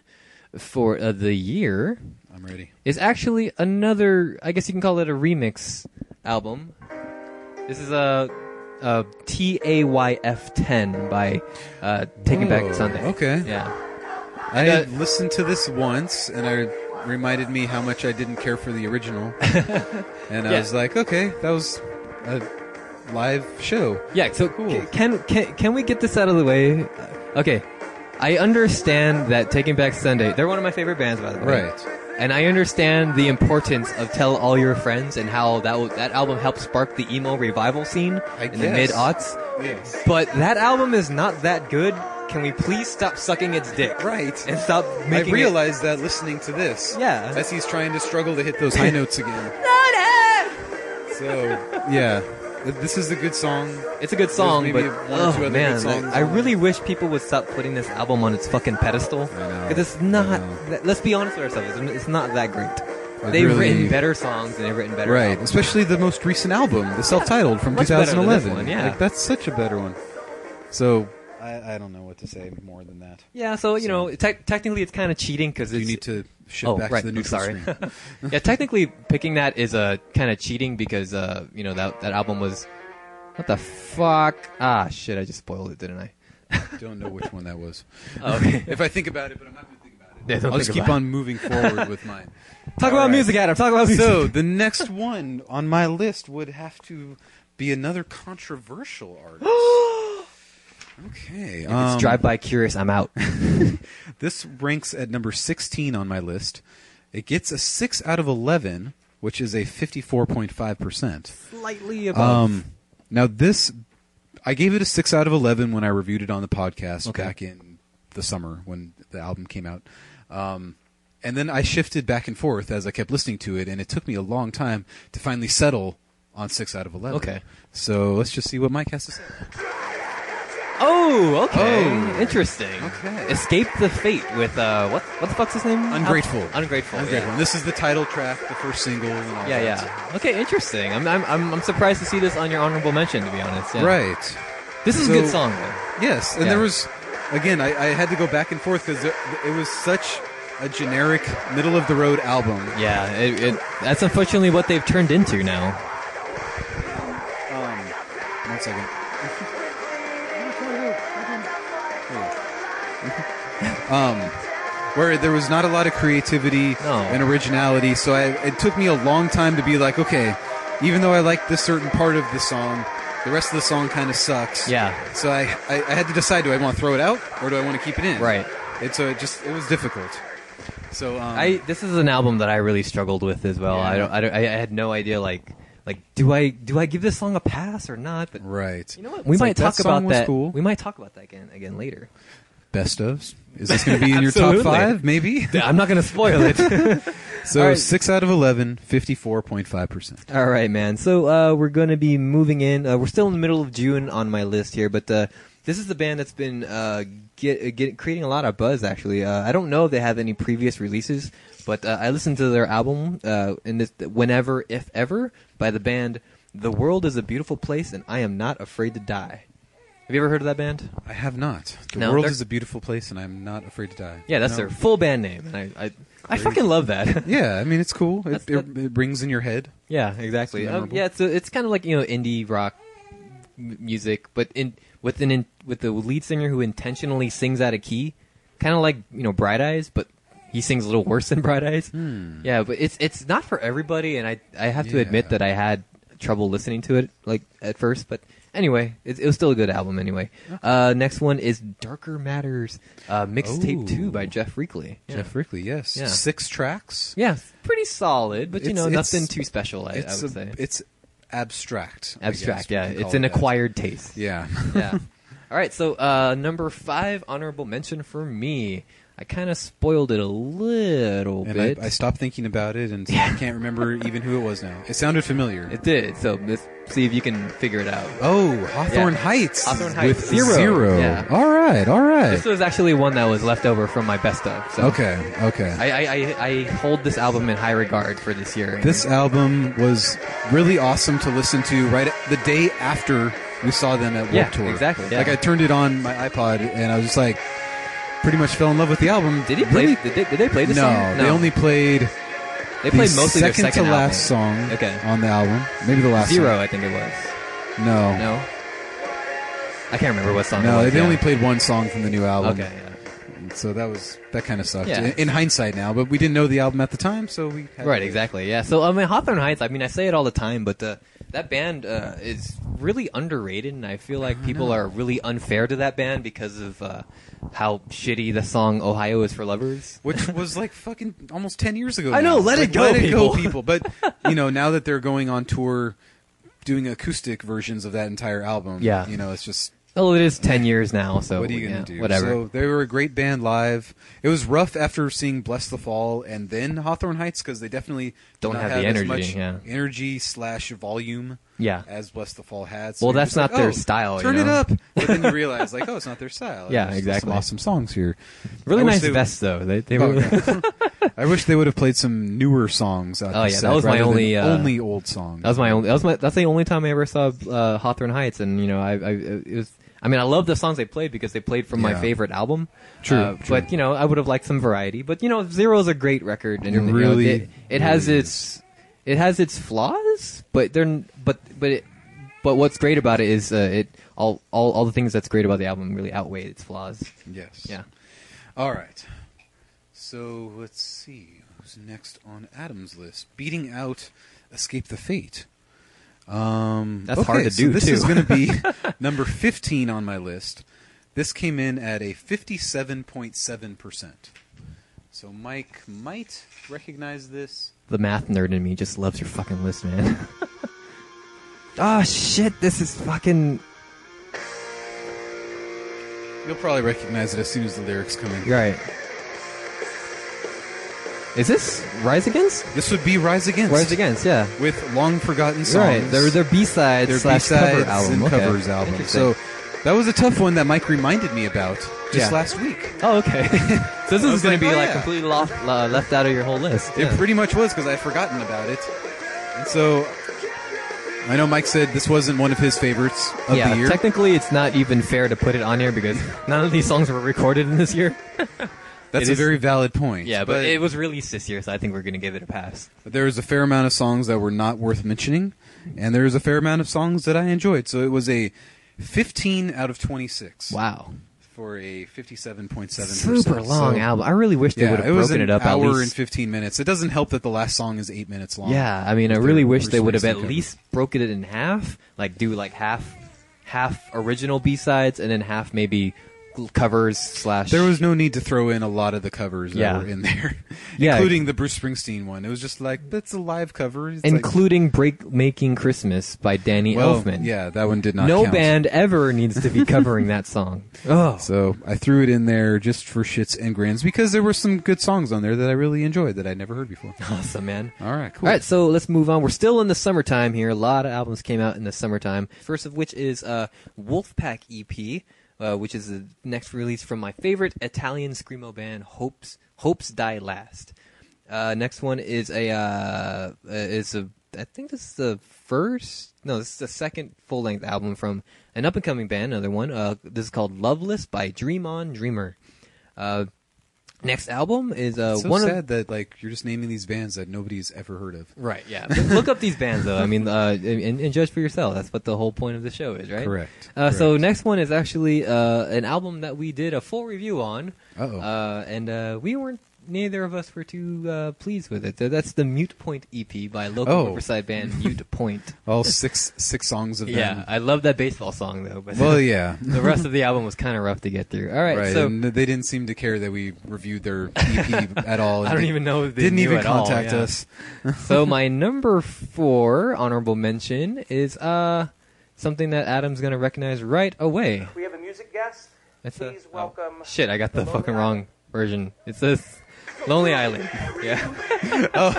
A: for uh, the year
B: I'm ready.
A: is actually another. I guess you can call it a remix album. This is a, a TAYF10 by uh, Taking
B: Whoa,
A: Back Sunday.
B: Oh, okay.
A: Yeah.
B: I
A: Uh,
B: listened to this once, and I reminded me how much I didn't care for
A: *laughs*
B: the original, and I
A: Yeah.
B: was like, "Okay, that was a live show."
A: Yeah. So
B: Cool.
A: c- can can can we get this out of the way? Uh, Okay. I understand that Taking Back Sunday. They're one of my favorite bands, by the way.
B: Right.
A: And I understand the importance of Tell All Your Friends and how that w- that album helped spark the emo revival scene
B: I
A: in the
B: guess.
A: mid aughts.
B: Yes.
A: But that album is not that good. Can we please stop sucking its dick?
B: Right.
A: And stop
B: I
A: making it.
B: realized that listening to this,
A: Yeah.
B: as he's trying to struggle to hit those high notes
A: *laughs*
B: again. So yeah, th- this is a good song.
A: It's a good song,
B: maybe
A: but
B: one or two other
A: oh,
B: good
A: man,
B: songs
A: I, I
B: on there.
A: really wish people would stop putting this album on its fucking pedestal.
B: know,
A: Because it's
B: I
A: not.
B: know.
A: That, let's be honest with ourselves. It's not that great.
B: It
A: They've
B: really-
A: written better songs and they've written better.
B: Right,
A: albums.
B: especially the most recent album, the self-titled from
A: Much better than
B: 2011.
A: this one, yeah.
B: like, that's such a better one. So I, I don't know what to say more than that.
A: Yeah. So you know, te- technically, it's kind of cheating because
B: You need to shift
A: oh,
B: back
A: right,
B: to the
A: I'm
B: neutral
A: sorry.
B: screen.
A: *laughs*
B: *laughs*
A: yeah, technically picking that is uh, kind of cheating because uh, you know that that album was what the fuck ah shit I just spoiled it didn't I?
B: don't know which one that was.
A: okay.
B: *laughs* if I think about it, but I'm not going to think about it.
A: Yeah, don't
B: I'll just
A: think
B: keep
A: about
B: on moving forward
A: *laughs*
B: with mine.
A: Talk
B: All
A: about
B: right.
A: music, Adam. Talk about music.
B: *laughs*
A: *laughs*
B: So the next one on my list would have to be another controversial artist. okay, um,
A: it's Drive By Curious. I'm out.
B: This ranks at number 16 on my list. It gets a 6 out of 11, which is a 54.5%.
A: Slightly above.
B: Um, now, this, I gave it a 6 out of 11 when I reviewed it on the podcast
A: Okay.
B: back in the summer when the album came out. Um, and then I shifted back and forth as I kept listening to it, and it took me a long time to finally settle on 6 out of 11.
A: Okay. Uh,
B: So let's just see what Mike has to say.
A: oh, okay.
B: oh.
A: Interesting.
B: Okay.
A: Escape the Fate with uh, what what the fuck's his name?
B: Ungrateful.
A: Al- Ungrateful.
B: Ungrateful.
A: Yeah.
B: And This is the title track, the first single, and all
A: Yeah,
B: that.
A: yeah. Okay, interesting. I'm, I'm, I'm, I'm surprised to see this on your honorable mention, to be honest. Yeah.
B: Right.
A: This is
B: So-
A: a good song, though.
B: Yes, and
A: Yeah.
B: there was again. I, I had to go back and forth because it, it was such a generic middle of the road album.
A: Yeah, it, it, that's unfortunately what they've turned into now.
B: One second. *laughs* um, where there was not a lot of creativity
A: No.
B: and originality, so I, it took me a long time to be like, okay, even though I like this certain part of the song, the rest of the song kind of sucks.
A: Yeah.
B: So I, I, I had to decide: do I want to throw it out or do I want to keep it in?
A: Right.
B: And so it just it was difficult. So um,
A: I this is an album that I really struggled with as well. I
B: Yeah.
A: don't, I don't I I had no idea like like do I do I give this song a pass or not? But
B: right.
A: you know what? We
B: It's
A: might
B: like,
A: talk
B: that song
A: about
B: was
A: that.
B: Cool. *laughs*
A: We might talk about that again again later.
B: best ofs. Is this going to be in your top
A: Absolutely. *laughs*
B: five? Maybe.
A: I'm not going to spoil it.
B: So
A: All right.
B: six out of 11,
A: *laughs*
B: 54.5%.
A: All right, man. So uh, we're going to be moving in. Uh, we're still in the middle of June on my list here, but uh, this is the band that's been uh, get, get, creating a lot of buzz. Actually, uh, I don't know if they have any previous releases, but uh, I listened to their album uh, in this "Whenever If Ever" by the band "The World Is a Beautiful Place and I Am Not Afraid to Die." Have you ever heard of that band?
B: I have not. The
A: No,
B: world
A: they're-
B: is a beautiful place, and I'm not afraid to die.
A: Yeah, that's
B: No.
A: their full band name, and I I, I fucking love
B: *laughs*
A: that.
B: Yeah, I mean it's cool. It,
A: That's-
B: it, it rings in your head.
A: Yeah, exactly. Um,
B: memorable.
A: yeah, it's a, it's kind of like you know indie rock m- music, but in with an in, with the lead singer who intentionally sings out of key, kind of like you know Bright Eyes, but he sings a little worse than Bright Eyes. Yeah, but it's it's not for everybody, and I I have to
B: Hmm. Yeah.
A: admit that I had trouble listening to it like at first, but anyway, it, it was still a good album anyway. Uh, next one is Darker Matters, uh, mixtape
B: Oh.
A: two by Jeff Reekley. Yeah.
B: Jeff Rickley, yes,
A: Yeah.
B: six tracks.
A: Yeah, pretty solid, but you
B: It's-
A: know
B: it's-
A: nothing too special. I, I
B: it's
A: would
B: a-
A: say
B: it's abstract. I
A: abstract.
B: guess we
A: Yeah,
B: can call
A: it's an
B: it that.
A: acquired taste. *laughs*
B: Yeah, *laughs*
A: Yeah. All right. So uh, number five, honorable mention for me. I kind of spoiled it a little
B: and I,
A: bit.
B: I stopped thinking about it, and I
A: *laughs*
B: can't remember even who it was now. It sounded familiar.
A: it did. So let's see if you can figure it out.
B: oh, Hawthorne
A: Yeah.
B: Heights.
A: Hawthorne Heights,
B: with
A: zero.
B: zero.
A: Yeah.
B: All right, all right.
A: This was actually one that was left over from my best of. So
B: Okay, okay.
A: I, I, I, I hold this album in high regard for this year.
B: This album was really awesome to listen to right at- the day after we saw them at Warped
A: Yeah,
B: Tour.
A: exactly, yeah.
B: Like I turned it on my iPod and I was just like, pretty much fell in love with the album.
A: did he play?
B: Really-
A: Did, they, did they play this
B: no,
A: song?
B: they only played
A: they played
B: the
A: mostly
B: second,
A: their second
B: to
A: album.
B: last song
A: Okay.
B: on the album. Maybe the last
A: Zero, I think it was.
B: Song. No,
A: No, I can't remember what song.
B: no,
A: it was,
B: they
A: yeah.
B: only played one song from the new album.
A: Okay. Yeah.
B: so that was that kind of sucked.
A: Yeah.
B: In, in hindsight now, but we didn't know the album at the time, so we had
A: Right,
B: to-
A: exactly. Yeah. So I mean, Hawthorne Heights. I mean, I say it all the time, but uh, that band uh, is really underrated, and I feel
B: *laughs*
A: like people are really unfair to that band because of uh, how shitty the song "Ohio Is for Lovers."
B: which was like fucking almost 10 years ago.
A: I know,
B: now.
A: let
B: Like,
A: it go,
B: let it go,
A: people.
B: people. But, you know, now that they're going on tour doing acoustic versions of that entire album,
A: Yeah.
B: you know, it's just,
A: Oh, it is ten years now. So
B: what are you going to
A: yeah,
B: do?
A: Whatever.
B: So they were a great band live. It was rough after seeing Bless the Fall and then Hawthorne Heights because they definitely did
A: Don't
B: not
A: have the
B: as
A: energy,
B: much
A: yeah.
B: energy slash volume.
A: Yeah.
B: as Bless the Fall had.
A: Well,
B: you're
A: that's
B: just like,
A: not their
B: "Oh,
A: style, you
B: Turn it
A: know?"
B: up, but then
A: *laughs*
B: you realize, like, oh, it's not their style.
A: Yeah,
B: There's some
A: exactly.
B: awesome songs here.
A: really
B: I wish
A: nice
B: they would-
A: vests, though. They, they
B: Oh,
A: were,
B: yeah. *laughs* I wish they would have played some newer songs. Out
A: Oh,
B: the
A: yeah, that
B: set
A: was my
B: rather than
A: only, uh,
B: only old song.
A: That was my only. That was my. That's the only time I ever saw uh, Hawthorne Heights, and you know, I, I it was. I mean, I love the songs they played because they played from my
B: Yeah.
A: favorite album.
B: True,
A: Uh,
B: true.
A: But you know, I would have liked some variety. But you know, Zero is a great record, and you
B: It
A: know,
B: really,
A: it, it has
B: really
A: its it has its flaws, but they're n- but but it, but what's great about it is uh, it all all all the things that's great about the album really outweigh its flaws.
B: yes.
A: Yeah.
B: All right. So let's see who's next on Adam's list. Beating out Escape the Fate. Um,
A: That's
B: okay,
A: hard to
B: so
A: do,
B: This
A: too.
B: is going
A: *laughs*
B: to be number fifteen on my list. This came in at a fifty-seven point seven percent. So Mike might recognize this.
A: The math nerd in me just loves your fucking list,
B: *laughs*
A: man.
B: Ah,
A: oh shit! This is fucking.
B: You'll probably recognize it as soon as the lyrics come in.
A: Right. Is this Rise Against?
B: This would be Rise Against.
A: Rise Against, yeah.
B: with long forgotten songs.
A: Right, they're they're B sides
B: Their
A: slash cover
B: B-sides
A: album.
B: and
A: okay.
B: covers album.
A: Interesting.
B: So that was a tough one that Mike reminded me about
A: Yeah.
B: just last week.
A: oh *laughs* okay. so this
B: I
A: is
B: was
A: going
B: like,
A: to be
B: oh,
A: like
B: yeah.
A: completely lost, uh, left out of your whole list.
B: It
A: yeah.
B: pretty much was because I had forgotten about it, and so I know Mike said this wasn't one of his favorites of
A: yeah,
B: the year.
A: technically it's not even fair to put it on here because *laughs* none of these songs were recorded in this year. it
B: That's a
A: is-
B: very valid point.
A: Yeah, but, it was released this year, so I think we're going to give it a pass.
B: But there was a fair amount of songs that were not worth mentioning, and there was a fair amount of songs that I enjoyed. So it was a 15 out of 26
A: Wow,
B: for a 57.7.
A: super long album. I really wish they
B: Yeah,
A: would have
B: it was
A: broken
B: an
A: it up
B: hour
A: at least.
B: and 15 minutes. It doesn't help that the last song is eight minutes long.
A: Yeah, I mean, I
B: With
A: really
B: their
A: wish they
B: first
A: would have at
B: release cover.
A: least broken it in half, like do like half, half original B sides, and then half maybe covers slash.
B: There was no need to throw in a lot of the covers
A: Yeah.
B: that were in there,
A: *laughs* Yeah.
B: including the Bruce Springsteen one. It was just like that's a live cover. It's like-
A: including "Break Making Christmas" by Danny
B: well,
A: Elfman.
B: yeah, that one did not.
A: no
B: count.
A: band ever needs to be covering that
B: *laughs*
A: song. Oh,
B: So I threw it in there just for shits and grins because there were some good songs on there that I really enjoyed that I'd never heard before.
A: awesome, man!
B: *laughs* All right, cool.
A: All right, so let's move on. We're still in the summertime here. A lot of albums came out in the summertime. First of which is uh, Wolfpack EP, uh, which is the next release from my favorite Italian screamo band, Hopes Hopes Die Last. Uh, next one is a uh, uh, is a I think this is the first no this is the second full length album from an up and coming band. Another one. Uh, this is called Loveless by Dream On Dreamer. Uh, next album is uh,
B: so
A: one
B: sad
A: of
B: that like you're just naming these bands that nobody's ever heard of.
A: Right.
B: *laughs*
A: Yeah. Look up these bands, though. I mean, uh, and, and judge for yourself. That's what the whole point of the show is, right?
B: Correct.
A: Uh, So
B: Correct.
A: next one is actually uh, an album that we did a full review on,
B: Uh-oh.
A: uh, and uh, we weren't. Neither of us were too uh, pleased with it. So That's the Mute Point EP by local
B: Oh.
A: Riverside
B: *laughs*
A: band Mute Point.
B: All six six songs
A: *laughs*
B: of
A: yeah,
B: them.
A: I love that baseball song though. But
B: Well, yeah.
A: *laughs* the rest of the album was kind of rough to get through. All right,
B: Right,
A: so
B: and they didn't seem to care that we reviewed their
A: *laughs*
B: EP at all.
A: I don't
B: They
A: even know if they
B: didn't
A: knew
B: even
A: at all,
B: contact
A: yeah.
B: us.
A: so my number four honorable mention is uh something that Adam's gonna recognize right away.
D: We have a music guest.
A: That's a-
D: Please
A: oh,
D: welcome.
A: shit, I got the,
D: the Lonely
A: fucking
D: Island.
A: wrong version. It says Lonely Island. Yeah. *laughs* Oh,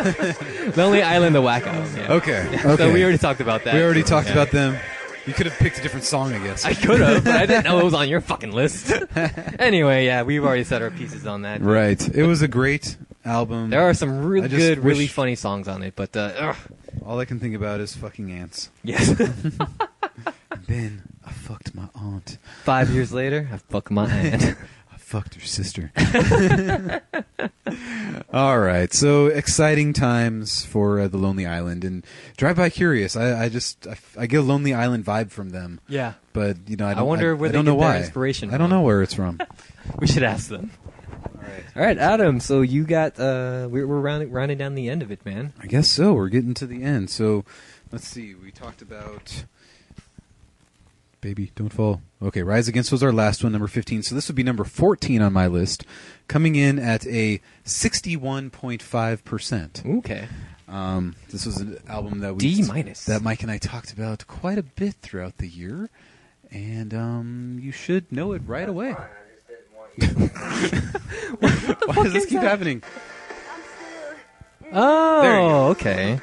A: Lonely Island the Wacko. Yeah.
B: Okay,
A: *laughs*
B: okay.
A: So we already talked about that.
B: We already talked
A: Yeah.
B: about them. You could have picked a different song, I guess.
A: *laughs* I could have, but I didn't know it was on your fucking list.
B: *laughs*
A: anyway, yeah, we've already set our pieces on that.
B: right. It was a great album.
A: There are some
B: I
A: really
B: just
A: good, really
B: wish-
A: funny songs on it, but uh,
B: *laughs*
A: ugh.
B: All I can think about is fucking ants.
A: yes. *laughs*
B: Then I fucked my aunt.
A: Five years later, I fuck my
B: *laughs*
A: aunt.
B: I fucked
A: *laughs*
B: her sister. *laughs* All right, so exciting times for uh, the Lonely Island and Drive By Curious. I, I just I, f- I get a Lonely Island vibe from them,
A: yeah.
B: but you know I, don't,
A: wonder where they
B: don't know
A: get their
B: why.
A: inspiration
B: I don't
A: from.
B: know where it's
A: *laughs*
B: from.
A: We should ask them. All right, Adam. So you got uh, we're, we're rounding, rounding down the end of it, man.
B: I guess so. We're getting to the end. So let's see. We talked about Baby, Don't Fall. Okay, Rise Against was our last one, number 15. So this would be number 14 on my list, coming in at a 61.5%.
A: Okay.
B: Um, this was an album that we
A: D minus.
B: that Mike and I talked about quite a bit throughout the year, and um, you should know it right away. *laughs* Why does this keep happening? There you
A: Oh,
B: go.
A: okay.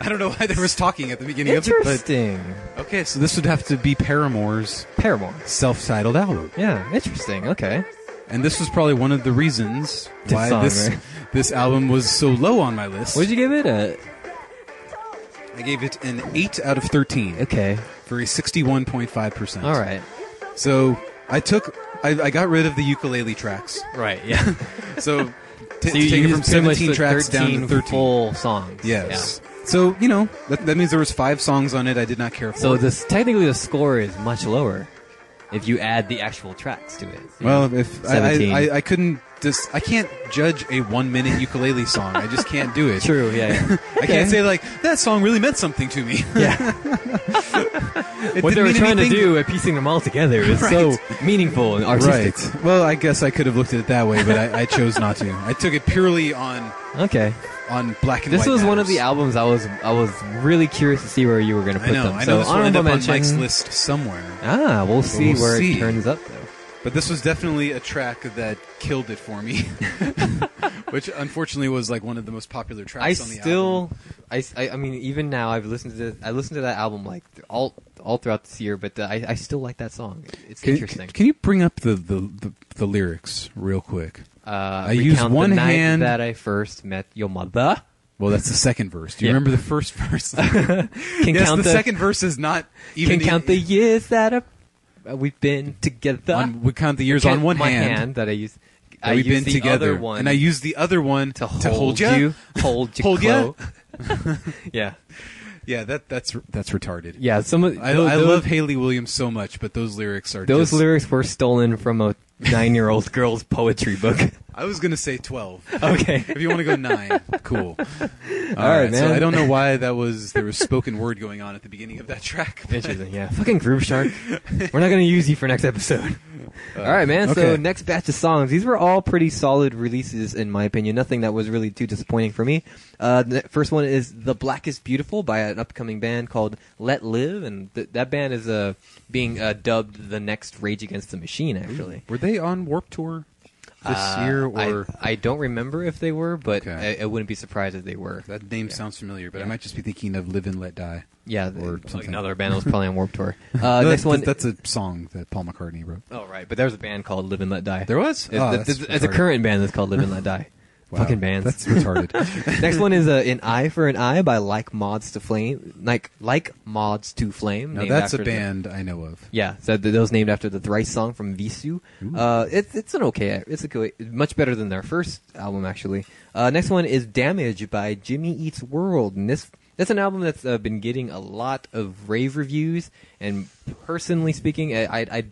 B: I don't know why there was talking at the beginning of it, but
A: Interesting.
B: okay, so this would have to be Paramore's
A: Paramore.
B: self-titled album,
A: Yeah, interesting. Okay.
B: and this was probably one of the reasons
A: This
B: why
A: song,
B: this
A: right?
B: this album was so low on my list.
A: What did you give it? Uh, A
B: I gave it an eight out of thirteen
A: okay.
B: for a sixty-one point five percent.
A: All right.
B: So I took, I, I got rid of the ukulele tracks.
A: Right. *laughs* Yeah. so
B: *laughs* So, t-
A: you,
B: take
A: you
B: it from
A: just pretty much
B: 17
A: put
B: tracks
A: 13
B: down to 13.
A: full songs.
B: yes.
A: Yeah.
B: So you know that, that means there was five songs on it I did not care for.
A: So this technically the score is much lower if you add the actual tracks to it.
B: well, if I,
A: 17.
B: I, I, I couldn't just I can't judge a one minute ukulele song. I just can't do it.
A: True. *laughs* Yeah. yeah.
B: I can't say like that song really meant something to me. *laughs*
A: Yeah.
B: It
A: what they
B: didn't
A: were
B: mean
A: trying
B: anything
A: to do at piecing them all together is so meaningful and artistic.
B: Right. Well, I guess I could have looked at it that way, but I, I chose not to. I took it purely on
A: Okay.
B: on black and
A: This
B: white.
A: was one of
B: matters.
A: the albums I was I was really curious to see where you were going to put
B: I know.
A: them.
B: I
A: so
B: know this one ended
A: honorable
B: up on
A: mention.
B: Mike's list somewhere.
A: Ah, we'll see
B: we'll
A: where
B: see.
A: it turns up though.
B: But this was definitely a track that killed it for me, *laughs* which unfortunately was like one of the most popular tracks
A: I
B: on the
A: still, I, s- I- I mean, even now I've listened to I listened to that album like th- all all throughout this year, but uh, I I still like that song. It's
B: album.
A: interesting.
B: you bring up the, the, the, the lyrics real quick?
A: uh, I
B: use one
A: the night
B: hand-
A: that I first met your mother.
B: Well, that's the second verse. Do you
A: Yeah.
B: remember the first *laughs* verse?
A: Can
B: yes,
A: count
B: the,
A: the
B: second verse is not even
A: can count the years that are, uh, we've been together.
B: on, we count the years
A: Count
B: on one
A: my
B: hand.
A: that I use.
B: that
A: I
B: we've
A: use
B: been
A: the
B: together,
A: other one
B: and I use the other one
A: to hold,
B: ya. *laughs*
A: you, hold you,
B: Hold ya. *laughs*
A: clo- yeah,
B: Yeah, that that's that's retarded.
A: yeah. Some of
B: I,
A: tho-
B: I
A: those,
B: love Haley Williams so much, but those lyrics are
A: those
B: just,
A: lyrics were stolen from *laughs* a nine-year-old girl's poetry book.
B: I was gonna say twelve.
A: *laughs* Okay,
B: if you want to go nine,
A: *laughs*
B: cool. All
A: right, man.
B: So I don't know why that was there was spoken word going on at the beginning of that track.
A: interesting. Yeah, fucking Groove Shark. We're not gonna use you for next episode. all right, man. So
B: Uh, okay.
A: next batch of songs. These were all pretty solid releases, in my opinion. Nothing that was really too disappointing for me. Uh, the first one is "The Black Is Beautiful" by an upcoming band called Let Live, and th- that band is uh, being uh, dubbed the next Rage Against the Machine. Actually,
B: Were they on Warp Tour this
A: Uh,
B: year?
A: I-
B: Or
A: I, don't remember if they were, but
B: Okay.
A: I, I wouldn't be surprised if they were.
B: that name sounds familiar, but
A: Yeah.
B: I might just be thinking of "Live and Let Die."
A: yeah, they-
B: or something.
A: another band that was probably on Warped
B: *laughs*
A: Tour. Uh,
B: No,
A: next
B: that-
A: one.
B: That's a song that Paul McCartney wrote.
A: Oh right, but there was a band called Live and Let Die.
B: There was?
A: It's,
B: Oh,
A: the-
B: that's
A: it's- it's a
B: retarded.
A: current band that's called Live and Let Die.
B: *laughs* Wow,
A: Fucking bands.
B: That's retarded.
A: *laughs* Next one is uh, an Eye for an Eye by Like Mods to Flame. Like like Mods to Flame.
B: now
A: named
B: that's
A: after
B: a
A: the-
B: band I know of.
A: yeah, so th- that was named after the thrice song from Visu. Uh, it's it's an okay, it's a good, much better than their first album actually. Uh, next one is Damage by Jimmy Eats World, and this that's an album that's uh, been getting a lot of rave reviews. And personally speaking, I, I, I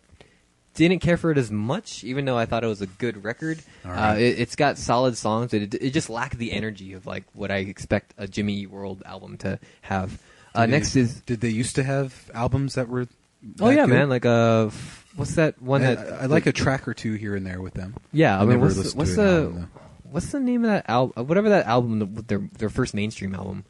A: didn't care for it as much, even though I thought it was a good record.
B: right.
A: Uh, it, it's got solid songs, but it, it just lacked the energy of like what I expect a Jimmy Eat World album to have. Uh,
B: Did they-
A: next is
B: Did they used to have albums that were?
A: Oh
B: that
A: yeah,
B: good?
A: man! Like uh, f- what's that one
B: I,
A: that
B: I like a track or two here and there with them.
A: yeah. I mean,
B: never
A: what's the,
B: listened
A: what's
B: to an
A: the
B: album, though.
A: what's the name of that album? Whatever that album, the, their their first mainstream album.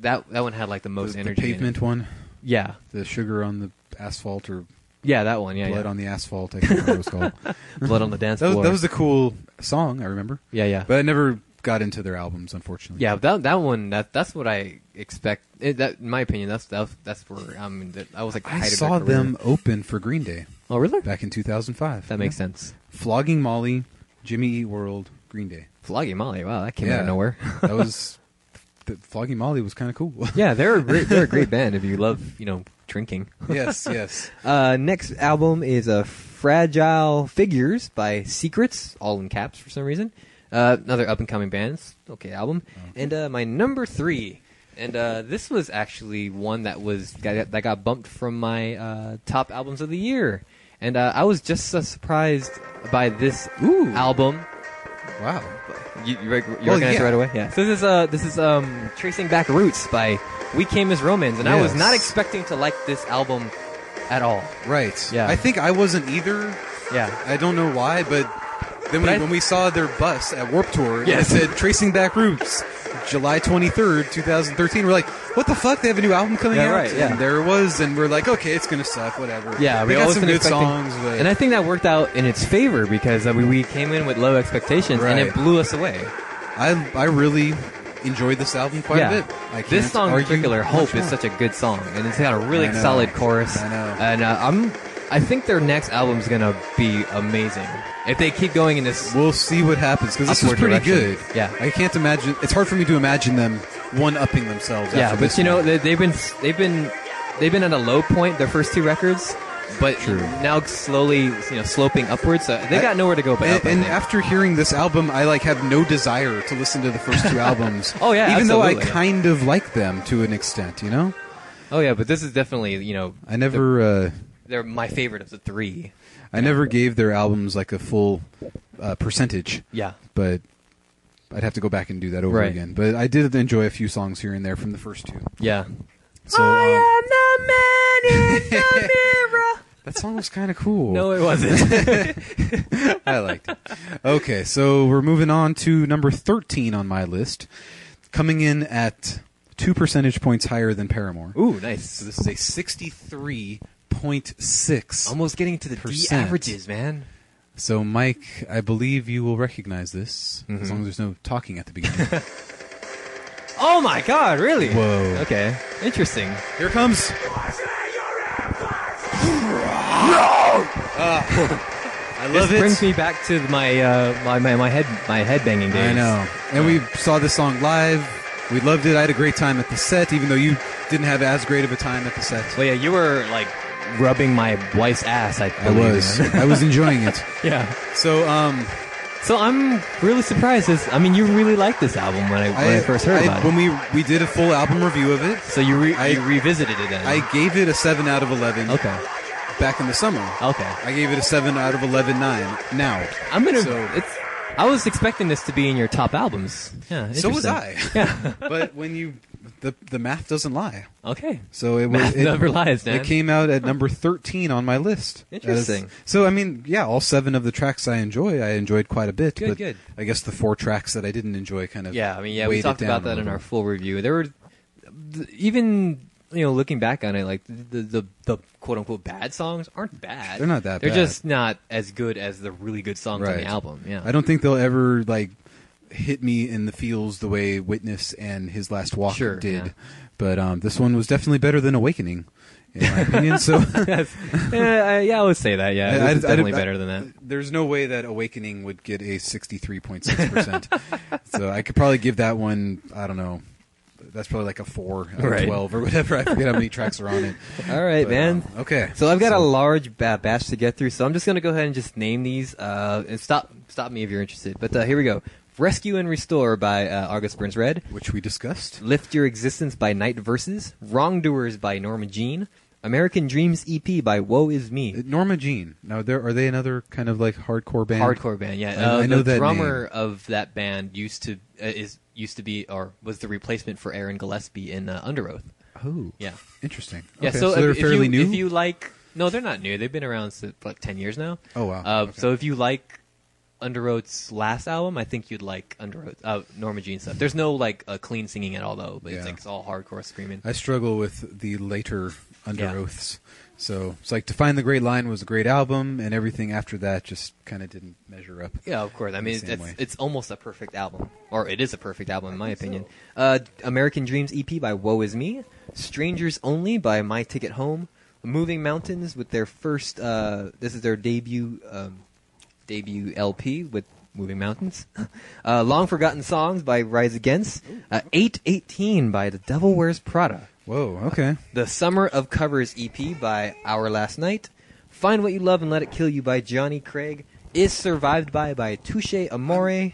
A: That that one had like the most
B: the,
A: energy. in it.
B: pavement one,
A: Yeah,
B: the sugar on the asphalt or
A: yeah, that one. Yeah,
B: blood
A: yeah.
B: on the asphalt. I can't remember what it's called. That
A: *laughs* blood on the dance
B: was,
A: floor.
B: that was a cool song. I remember.
A: yeah, yeah,
B: But I never got into their albums, unfortunately.
A: yeah. That that one. That that's what I expect. It, that in my opinion, that's that's, that's where I mean, that, I was like the
B: I
A: height of their
B: saw
A: career.
B: them open for Green Day
A: Oh really?
B: back in 2005.
A: That makes
B: Yeah.
A: sense.
B: Flogging Molly, Jimmy Eat World, Green Day.
A: Flogging Molly. Wow, that came out of nowhere. *laughs*
B: that was *laughs* the, Flogging Molly was kind of cool.
A: yeah, they're a great, they're a great band if you love you know drinking.
B: *laughs* yes, yes.
A: Uh, next album is uh, Fragile Figures by Secrets, all in caps for some reason. Uh, another up and coming bands. Okay, album. And uh, my number three, and uh, this was actually one that was got, that got bumped from my uh, top albums of the year. And uh, I was just uh, surprised by this
B: Ooh.
A: album.
B: Wow.
A: You, you, rec- you
B: Well,
A: recognize it
B: yeah.
A: right away? Yeah. So this is uh, this is um, Tracing Back Roots by We Came as Romans, and I was
B: Yes.
A: not expecting to like this album at all.
B: Right.
A: Yeah.
B: I think I wasn't either.
A: Yeah.
B: I don't know why, but
A: But
B: then we,
A: I-
B: when we saw their bus at Warp Tour, and
A: Yes.
B: it said "Tracing Back Roots," July twenty third, two thousand thirteen. We're like, "What the fuck? They have a new album coming
A: Yeah,
B: out!"
A: right, yeah.
B: And there it was, and we're like, "Okay, it's gonna suck, whatever."
A: Yeah,
B: we
A: we
B: got
A: always
B: some
A: been
B: good
A: expecting-
B: songs, but
A: and I think that worked out in its favor because uh, we, we came in with low expectations and it
B: Right.
A: blew us away.
B: I I really enjoyed this album quite
A: yeah,
B: a bit. I can't
A: this song in
B: argue
A: particular, "Hope,"
B: much
A: is
B: more.
A: such a good song, and it's got a
B: I
A: really
B: know.
A: solid chorus.
B: I know.
A: And uh, I'm, I think their next album's gonna be amazing if they keep going in this.
B: We'll see what happens because this is
A: Upward
B: pretty
A: direction.
B: good.
A: Yeah.
B: I can't imagine. It's hard for me to imagine them one upping themselves.
A: Yeah,
B: after
A: but
B: this
A: you know
B: one.
A: they, they've been they've been they've been at a low point their first two records, but
B: True.
A: now slowly you know sloping upwards. So they
B: I-
A: got nowhere to go but
B: and,
A: up. I
B: and
A: think.
B: after hearing this album, I like have no desire to listen to the
A: *laughs*
B: first two albums.
A: Oh, yeah,
B: even though I
A: absolutely.
B: kind of like them to an extent. You know,
A: oh yeah, but this is definitely you know
B: I never, uh,
A: they're my favorite of the three.
B: I never gave their albums like a full uh, percentage.
A: Yeah.
B: but I'd have to go back and do that over
A: Right.
B: again. But I did enjoy a few songs here and there from the first two.
A: Yeah. um,
B: So um,
A: I am the man in *laughs* the mirror.
B: that song was kind of
A: *laughs*
B: cool.
A: No, it
B: *laughs*
A: wasn't.
B: I liked it. Okay, so we're moving on to number 13 on my list, coming in at two percentage points higher than Paramore.
A: Ooh,
B: So
A: nice.
B: this is a 63.6.
A: Almost getting to the D
B: Percent.
A: averages, man.
B: So, Mike, I believe you will recognize this,
A: Mm-hmm.
B: as long as there's no talking at
A: *laughs*
B: the beginning.
A: Oh my god, really?
B: Whoa.
A: Okay. Interesting.
B: Here
A: *laughs*
B: it comes. I love
A: this
B: it.
A: brings me back to my uh my, my, my head my head banging days.
B: I know. And we saw this song live. We loved it. I had a great time at the set, even though you didn't have as great of a time at the set.
A: Well yeah, you were like rubbing my wife's ass, I
B: I
A: believe,
B: was.
A: man. *laughs*
B: I was enjoying it.
A: yeah.
B: So, um,
A: So I'm really surprised this I mean you really liked this album when I when I, first heard
B: I-
A: about
B: when
A: it.
B: we we did a full album review of it,
A: So you, re-
B: I-
A: you revisited it then.
B: I gave it a seven out of eleven.
A: okay.
B: Back in the summer,
A: Okay.
B: I gave it a seven out of eleven nine. Now,
A: I'm gonna.
B: So-
A: it's. I was expecting this to be in your top albums. Yeah.
B: so
A: *laughs*
B: was
A: interesting.
B: I. *laughs* but when you the the math doesn't lie.
A: Okay.
B: So it was
A: Math
B: it,
A: never lies, man.
B: It came out at number thirteen on my list.
A: Interesting.
B: As- so I mean, yeah, all seven of the tracks I enjoy, I enjoyed quite a bit.
A: Good,
B: but
A: good.
B: I guess the four tracks that I didn't enjoy kind of
A: Yeah, I mean, yeah,
B: weighed
A: we
B: it
A: talked
B: down
A: about
B: a
A: that in
B: little.
A: our full review. There were th- even you know looking back on it, like the the, the quote unquote bad songs aren't bad.
B: They're not that
A: They're
B: bad.
A: just not as good as the really good songs on the album. Yeah,
B: I don't think they'll ever like hit me in the feels the way Witness and his last walk
A: Sure,
B: did.
A: yeah.
B: But um, this one was definitely better than Awakening, in my opinion. So *laughs*
A: *laughs* yeah, I, yeah, I would say that. Yeah,
B: I-
A: This
B: I-
A: is
B: I-
A: definitely
B: I-
A: better than that.
B: there's no way that Awakening would get a
A: *laughs*
B: 63.6 percent. so I could probably give that one. I don't know. That's probably like a four out of
A: Right.
B: twelve or whatever. I forget how many tracks are on it.
A: All right,
B: But,
A: man.
B: um, okay.
A: So I've got a large ba- batch to get through, so I'm just going to go ahead and just name these. Uh, and stop, stop me if you're interested. But uh, here we go: "Rescue and Restore" by uh, Argus Burns Red,
B: which we discussed.
A: "Lift Your Existence" by Night Verses, "Wrongdoers" by Norma Jean, "American Dreams" EP by Woe Is Me.
B: Norma Jean. Now, there are they another kind of like hardcore band?
A: hardcore band. Yeah,
B: I-
A: uh,
B: I know
A: the
B: that
A: drummer of that band used to uh, is used to be or was the replacement for Aaron Gillespie in uh, Under Oath.
B: Oh,
A: Yeah,
B: interesting.
A: yeah.
B: Okay,
A: so
B: they're
A: if, if
B: fairly
A: you,
B: new.
A: If you like, no, they're not new. They've been around for like ten years now.
B: Oh, wow.
A: Uh,
B: Okay.
A: So if you like Under Oath's last album, I think you'd like Under Oath, uh, Norma Jean stuff. There's no like uh, clean singing at all though, but
B: Yeah.
A: it's like it's all hardcore screaming.
B: I struggle with the later under
A: Yeah.
B: oaths. So it's like to find the Great Line was a great album, and everything after that just kind of didn't measure up.
A: Yeah, of course. I mean,
B: same
A: it's,
B: way.
A: it's almost a perfect album, or it is a perfect album in my opinion. Uh, American Dreams EP by Woe Is Me, Strangers Only by My Ticket Home, Moving Mountains with their first. Uh, this is their debut um, debut LP with Moving Mountains, *laughs* uh, Long Forgotten Songs by Rise Against, uh, Eight Eighteen by The Devil Wears Prada.
B: Whoa. Okay.
A: The Summer of Covers EP by Our Last Night, Find What You Love and Let It Kill You by Johnny Craig, Is Survived By by Touche Amore.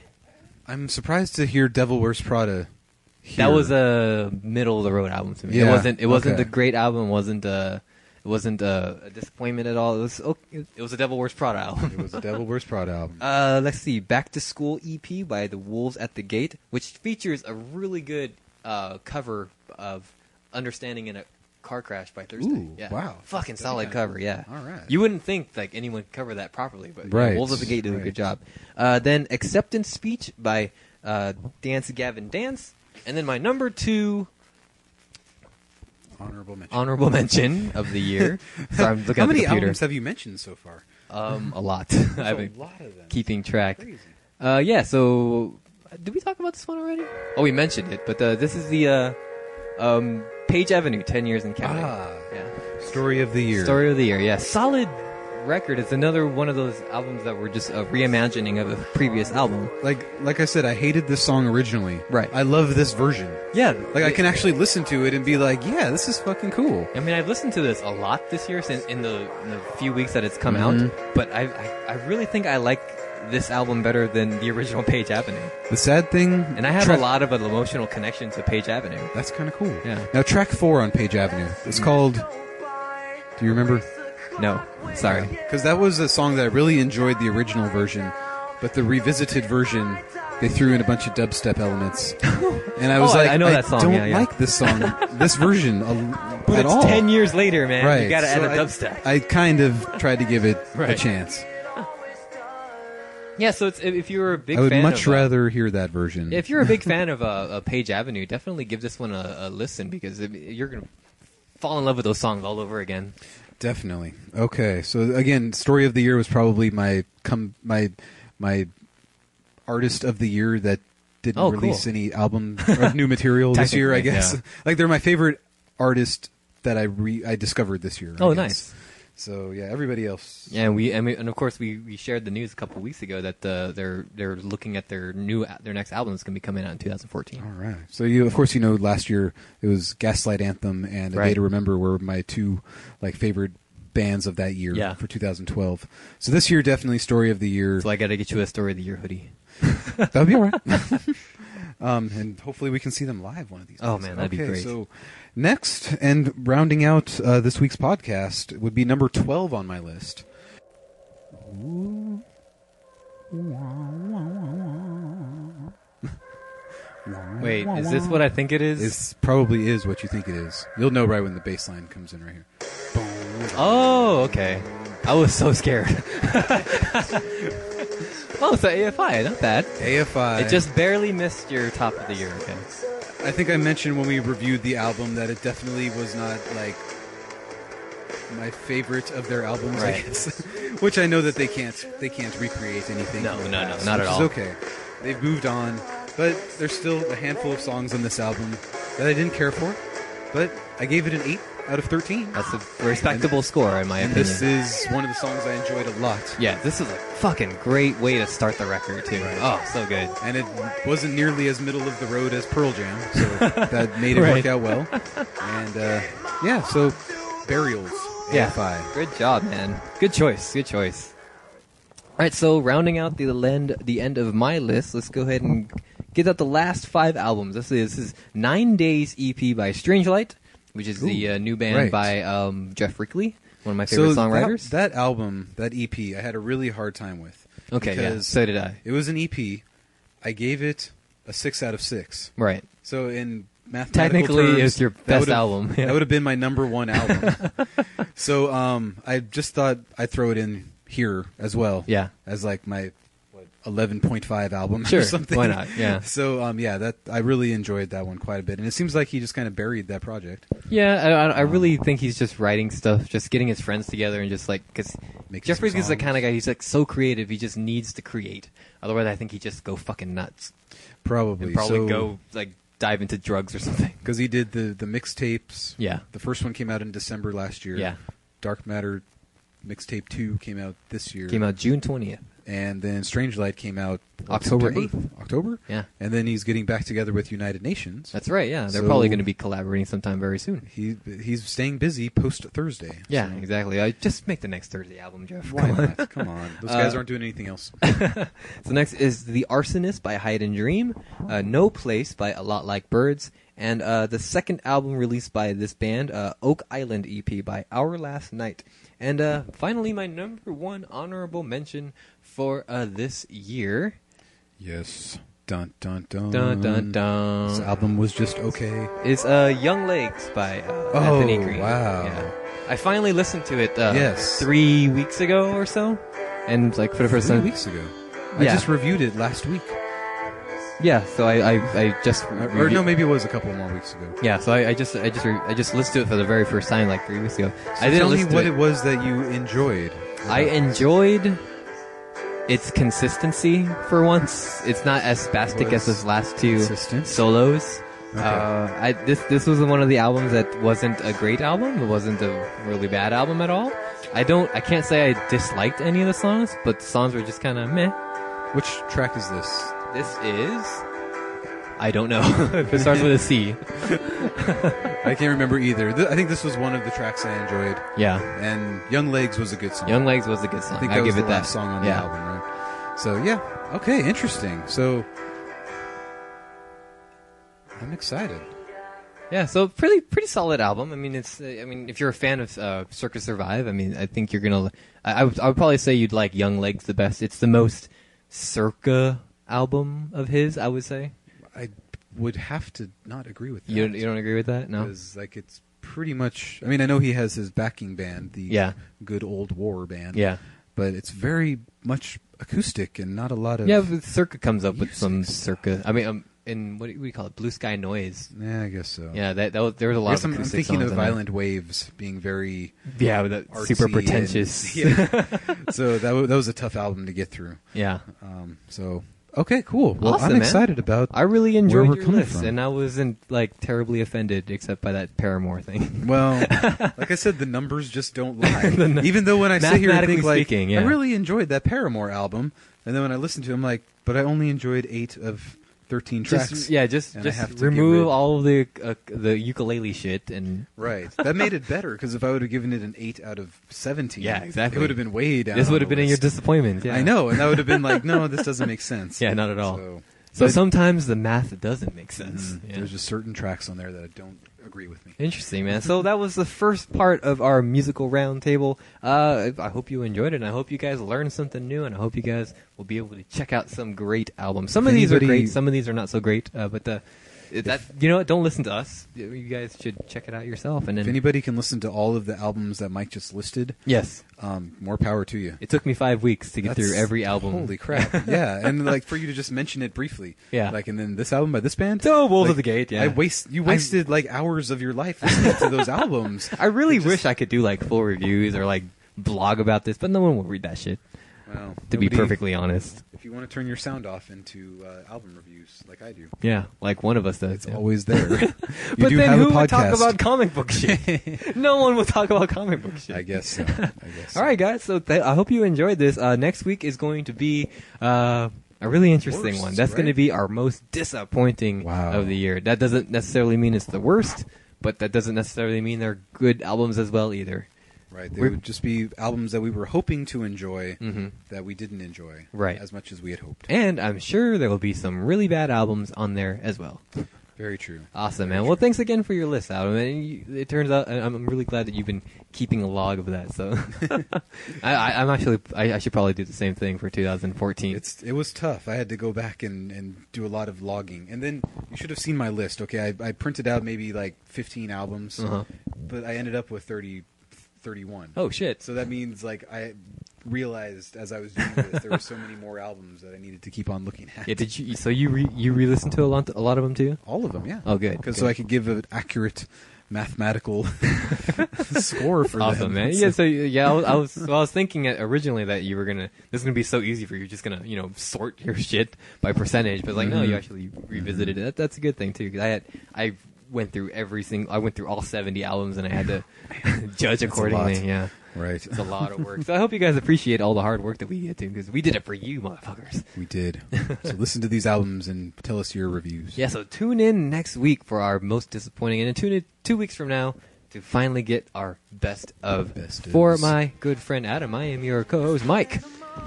B: I'm surprised to hear Devil Wears Prada. Here.
A: That was a middle of the road album to me.
B: Yeah,
A: It wasn't it wasn't
B: okay.
A: a great album, it wasn't a it wasn't a, a disappointment at all. It was oh, it was a Devil Wears Prada album.
B: It was a Devil Wears Prada album.
A: *laughs* Uh, let's see, Back to School EP by The Wolves at the Gate, which features a really good uh, cover of Understanding in a Car Crash by Thursday.
B: Ooh,
A: yeah.
B: wow.
A: Fucking
B: That's
A: solid
B: kinda-
A: cover, yeah.
B: all right.
A: You wouldn't think like anyone could cover that properly, but
B: Right,
A: Wolves at the Gate did a
B: right.
A: good job. Uh, then Acceptance Speech by uh, Dance Gavin Dance, and then my number two
B: Honorable mention.
A: honorable *laughs* mention of the year. Sorry, I'm looking
B: How
A: at
B: many
A: the computer.
B: albums have you mentioned so far?
A: um, a lot. *laughs* I've
B: There's
A: been
B: a lot of them.
A: keeping track.
B: Crazy.
A: Uh, yeah, so uh, did we talk about this one already? Oh, we mentioned it, but uh, this is the uh, um, Page Avenue, ten years in counting.
B: Ah.
A: yeah.
B: Story of the year.
A: Story of the year. Yeah, solid record. It's another one of those albums that were just a reimagining of a previous album.
B: Like like I said, I hated this song originally.
A: Right.
B: I love this version.
A: Yeah,
B: Like I can actually listen to it and be like, yeah, this is fucking cool.
A: I mean, I've listened to this a lot this year since in the, in the few weeks that it's come
B: Mm-hmm.
A: out, but I, I I really think I like this album better than the original Page Avenue,
B: The sad thing,
A: and I have
B: Tra-
A: a lot of an emotional connection to Page Avenue.
B: That's kind of cool.
A: Yeah. Mm.
B: Now track four on Page Avenue. It's called. Do you remember?
A: No, sorry.
B: Because that was a song that I really enjoyed the original version, but the revisited version, they threw in a bunch of
A: *laughs*
B: dubstep elements, and I was
A: Oh, I-
B: like,
A: I know that song,
B: don't
A: yeah, yeah."
B: like this song,
A: *laughs*
B: this version, a,
A: But
B: at
A: it's
B: all.
A: ten years later, man.
B: right?
A: You gotta
B: so
A: add a
B: I-
A: dubstep.
B: I, kind of tried to give it a
A: Right.
B: chance.
A: yeah, so it's, if if you're a big
B: I would
A: fan
B: much
A: of, uh,
B: rather hear that version.
A: yeah, if you're a big fan of uh, uh, Page Avenue, definitely give this one a, a listen because it, you're gonna fall in love with those songs all over again.
B: Definitely. Okay. So again, story of the year was probably my come my my artist of the year that didn't
A: Oh, cool.
B: release any album of new material this year. I
A: Technically,
B: guess
A: yeah.
B: *laughs* like they're my favorite artist that I re I discovered this year. I
A: Oh,
B: guess.
A: nice.
B: So yeah, everybody else.
A: Yeah, and we and, we, and of course we, we shared the news a couple weeks ago that uh, they're they're looking at their new their next album that's gonna be coming out in 2014.
B: All right. So you, of course, you know, last year it was Gaslight Anthem and A Day
A: Right.
B: to Remember were my two like favorite bands of that year
A: Yeah.
B: for 2012. So this year definitely story of the year.
A: So I gotta get you a story of the year hoodie.
B: That'll be all
A: *laughs*
B: right. *laughs* um, and hopefully we can see them live one of these.
A: Oh,
B: days.
A: man, that'd be
B: Okay,
A: great.
B: So next, and rounding out uh, this week's podcast would be number twelve on my list.
A: Wait, is this what I think it is?
B: This probably is what you think it is. You'll know right when the bass line comes in right here.
A: oh, okay. I was so scared. *laughs* oh, so AFI, not bad.
B: AFI.
A: It just barely missed your top of the year. Okay.
B: I think I mentioned when we reviewed the album that it definitely was not like my favorite of their albums, I
A: Right.
B: guess. *laughs* Which I know that they can't they can't recreate anything.
A: No,
B: from the
A: no, no,
B: past,
A: not at
B: which
A: all.
B: Is okay, they've moved on, but there's still a handful of songs on this album that I didn't care for, but I gave it an eight out of thirteen.
A: That's a respectable score, in my
B: and
A: opinion.
B: this is one of the songs I enjoyed a lot.
A: yeah, this is a fucking great way to start the record, too. Oh, so good.
B: and it wasn't nearly as middle of the road as Pearl Jam, so
A: *laughs*
B: that made it
A: Right.
B: work out well. And uh, yeah, so Burials,
A: Yeah.
B: AFI.
A: Good job, man. Good choice. Good choice. All right, so rounding out the end, the end of my list, let's go ahead and get out the last five albums. This is, this is Nine Days EP by Strangelight, which is the
B: Ooh,
A: uh, new band
B: right.
A: by um, Jeff Rickley, one of my favorite songwriters.
B: That, that album, that EP, I had a really hard time with.
A: okay, yeah,
B: because
A: so did I.
B: It was an EP. I gave it a six out of six.
A: Right.
B: So in mathematical
A: Technically,
B: terms,
A: it's your
B: that
A: best
B: would've-
A: album, yeah.
B: That would have been my number
A: *laughs*
B: one album. so um, I just thought I'd throw it in here as well.
A: Yeah.
B: as like my what, 11.5 album
A: Sure,
B: or something.
A: why not? Yeah.
B: *laughs* So um, yeah, that I really enjoyed that one quite a bit, and it seems like he just kind of buried that project.
A: Yeah, I, I- I really think he's just writing stuff, just getting his friends together, and just like because
B: Making some
A: Jeffries is the
B: songs.
A: kind of guy he's like so creative, he just needs to create. Otherwise, I think he just go fucking nuts
B: Probably.
A: and probably
B: so,
A: go like dive into drugs or
B: *laughs*
A: something.
B: because he did the the mixtapes.
A: Yeah.
B: The first one came out in December last year.
A: Yeah.
B: Dark Matter mixtape two came out this year.
A: Came out June twentieth.
B: and then Strange Light came out
A: October
B: September? October,
A: Yeah.
B: and then he's getting back together with United Nations.
A: That's right. Yeah, they're
B: So-
A: probably going to be collaborating sometime very soon.
B: he he's staying busy post Thursday.
A: Yeah,
B: so
A: exactly. I just make the next Thursday album, Jeff.
B: *laughs* Why
A: Come on. *laughs*
B: not? Come on, those guys
A: Uh,
B: aren't doing anything else.
A: So next is The Arsonist by Hide and Dream, uh, No Place by A Lot Like Birds, and uh, the second album released by this band, uh, Oak Island EP by Our Last Night. And uh, finally, my number one honorable mention for uh, this year.
B: yes, dun dun dun
A: Dun
B: Mm.
A: dun
B: This
A: dun.
B: album was just okay.
A: Is uh, Young Legs by uh,
B: Oh,
A: Anthony Green.
B: wow.
A: Yeah. I finally listened to it uh,
B: Yes.
A: three weeks ago or so. And like for the first
B: Three
A: time,
B: weeks ago, I
A: Yeah.
B: just reviewed it last week,
A: yeah. So I, I, I just
B: or, or
A: reviewed-
B: no, maybe it was a couple more weeks ago.
A: Yeah, so I, I just I just re- I just listened to it for the very first time like three weeks ago. I
B: So
A: didn't
B: tell me
A: listen to
B: what
A: it.
B: it was that you enjoyed.
A: I enjoyed its consistency for once. It's not as spastic as
B: Was
A: his last two
B: consistent?
A: solos.
B: Okay.
A: Uh, I, this this was one of the albums that wasn't a great album. It wasn't a really bad album at all. I don't I can't say I disliked any of the songs, but the songs were just kind of meh.
B: Which track is this?
A: This is I don't know. *laughs* it starts with a
B: *laughs*
A: C.
B: I can't remember either. Th- I think this was one of the tracks I enjoyed,
A: Yeah.
B: and Young Legs was a good song.
A: Young Legs was a good song.
B: I think
A: I
B: that was
A: give
B: the
A: it
B: last
A: that
B: song on
A: yeah.
B: the album, right? So yeah, okay, interesting. So I'm excited.
A: Yeah, so pretty pretty solid album. I mean, it's uh, I mean, if you're a fan of uh, Circus Survive, I mean, I think you're gonna. I, I, would, I would probably say you'd like Young Legs the best. It's the most Circa album of his. I would say.
B: I would have to not agree with that.
A: You don't, you don't agree with that? No.
B: because like it's pretty much. I mean, I know he has his backing band, the
A: Yeah.
B: Good Old War Band,
A: Yeah.
B: but it's very much acoustic and not a lot of
A: Yeah, but Circa comes up with
B: Music
A: some
B: stuff.
A: Circa. I mean, um, in what do you what do you call it? Blue Sky Noise.
B: Yeah, I guess so.
A: Yeah, that, that was, there was a
B: I
A: lot
B: guess
A: of
B: I'm, I'm
A: acoustic
B: thinking
A: songs
B: of
A: on that.
B: Violent Waves being very
A: Yeah, with that
B: artsy
A: super
B: and-
A: pretentious. yeah.
B: *laughs* Yeah. so that wa- that was a tough album to get through. Um, so okay, cool. Well,
A: Awesome,
B: I'm
A: man.
B: excited about.
A: I really
B: Where
A: enjoyed
B: we're
A: your
B: coming
A: list,
B: from.
A: and I wasn't like terribly offended except by that Paramore thing. *laughs*
B: well, like I said, the numbers just don't lie. Even though when I sit here and
A: Mathematically
B: think like,
A: speaking, yeah.
B: I really enjoyed that Paramore album, and then when I listen to, it, I'm like, but I only enjoyed eight of thirteen tracks.
A: Just, yeah, just
B: and I have to
A: just
B: get rid-
A: remove all of the uh, the ukulele shit and
B: Right. That made it better because if I would have given it an eight out of seventeen,
A: Yeah, exactly.
B: it would have been way down.
A: this
B: on
A: would
B: the
A: have been in your
B: list.
A: disappointment. Yeah.
B: I know, and that would have been like, no, this doesn't make
A: *laughs*
B: sense.
A: Yeah, not at all.
B: So,
A: So
B: but-
A: sometimes the math doesn't make sense.
B: Mm,
A: Yeah.
B: There's just certain tracks on there that I don't agree with me.
A: Interesting, man. So that was the first part of our musical roundtable. Uh, I hope you enjoyed it, and I hope you guys learned something new, and I hope you guys will be able to check out some great albums. Some of
B: If
A: these are
B: anybody-
A: great, some of these are not so great, uh, but uh that, you know what? Don't listen to us. You guys should check it out yourself. And then,
B: If anybody can listen to all of the albums that Mike just listed,
A: yes,
B: um, more power to you.
A: it took me five weeks to get
B: That's-
A: through every album. *laughs*
B: Holy crap! yeah, and like for you to just mention it briefly.
A: Yeah.
B: Like, and then this album by this band.
A: So, Wolves
B: like,
A: of the Gate, yeah.
B: I waste. You wasted like hours of your life listening to
A: *laughs*
B: those albums.
A: I really wish I could do like full reviews or like blog about this, but no one will read that shit.
B: Well,
A: To be
B: nobody-
A: perfectly honest,
B: if you want to turn your sound off into uh, album reviews, like I do,
A: yeah, like one of us does.
B: it's
A: yeah. *laughs*
B: always there. you
A: but
B: do
A: then
B: have
A: who
B: a
A: would
B: podcast.
A: talk about comic book
B: *laughs*
A: shit? no one would talk about comic book shit.
B: I guess. So. I
A: *laughs*
B: guess.
A: All right, guys. So th- I hope you enjoyed this. Uh, next week is going to be uh, a really interesting
B: Worst,
A: one. That's
B: right?
A: going to be our most disappointing
B: Wow.
A: of the year. That doesn't necessarily mean it's the worst, but that doesn't necessarily mean they're good albums as well either.
B: Right. They
A: We're-
B: would just be albums that we were hoping to enjoy
A: Mhm.
B: that we didn't enjoy.
A: Right.
B: As much as we had hoped.
A: And I'm sure there will be some really bad albums on there as well.
B: Very true.
A: Awesome, man. Well, thanks again for your list, Adam. And you, it turns out I- I'm really glad that you've been keeping a log of that. So I, I, I'm actually I, I should probably do the same thing for 2014.
B: It's it was tough. I had to go back and, and do a lot of logging, and then you should have seen my list. Okay, I, I printed out maybe like fifteen albums,
A: Uh-huh.
B: but I ended up with 30, 31.
A: oh shit.
B: So that means like I realized as I was doing this, there were so many more albums that I needed to keep on looking at.
A: Yeah, did you? So you re, you re-listened to a lot a lot of them too?
B: *laughs* All of them, yeah.
A: Oh, good,
B: 'Cause
A: good.
B: so I could give an accurate mathematical *laughs* score for
A: Awesome,
B: them. *laughs*
A: man. Yeah. So yeah, I was I was, so I was thinking at- originally that you were gonna this is gonna be so easy for you. You're just gonna you know sort *laughs* your shit by percentage, but like no,
B: Mm-hmm.
A: you actually revisited it. That, that's a good thing too. Because I had I went through every single I went through all 70 albums and I had
B: *laughs*
A: to *laughs* judge accordingly.
B: lot.
A: Yeah.
B: Right.
A: It's a lot of work. So I hope you guys appreciate all the hard work that we get to because we did it for you, motherfuckers.
B: We
A: *laughs*
B: did. so listen to these albums and tell us your reviews.
A: Yeah, so tune in next week for our most disappointing, and then tune in two weeks from now to finally get our best of.
B: Best
A: for
B: ofs.
A: my good friend Adam, I am your co-host Mike.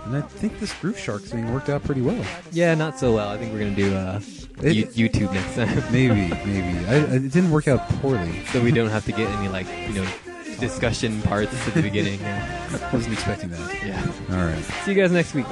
B: And I think this Groove Shark thing worked out pretty well.
A: Yeah, not so well. I think we're gonna do uh,
B: It-
A: you- YouTube next time, *laughs*
B: Maybe, maybe. I, I, it didn't work out poorly.
A: so we don't have to get any like you know discussion
B: *laughs*
A: parts at the beginning. Yeah.
B: I wasn't expecting that.
A: yeah.
B: All right.
A: See you guys next week.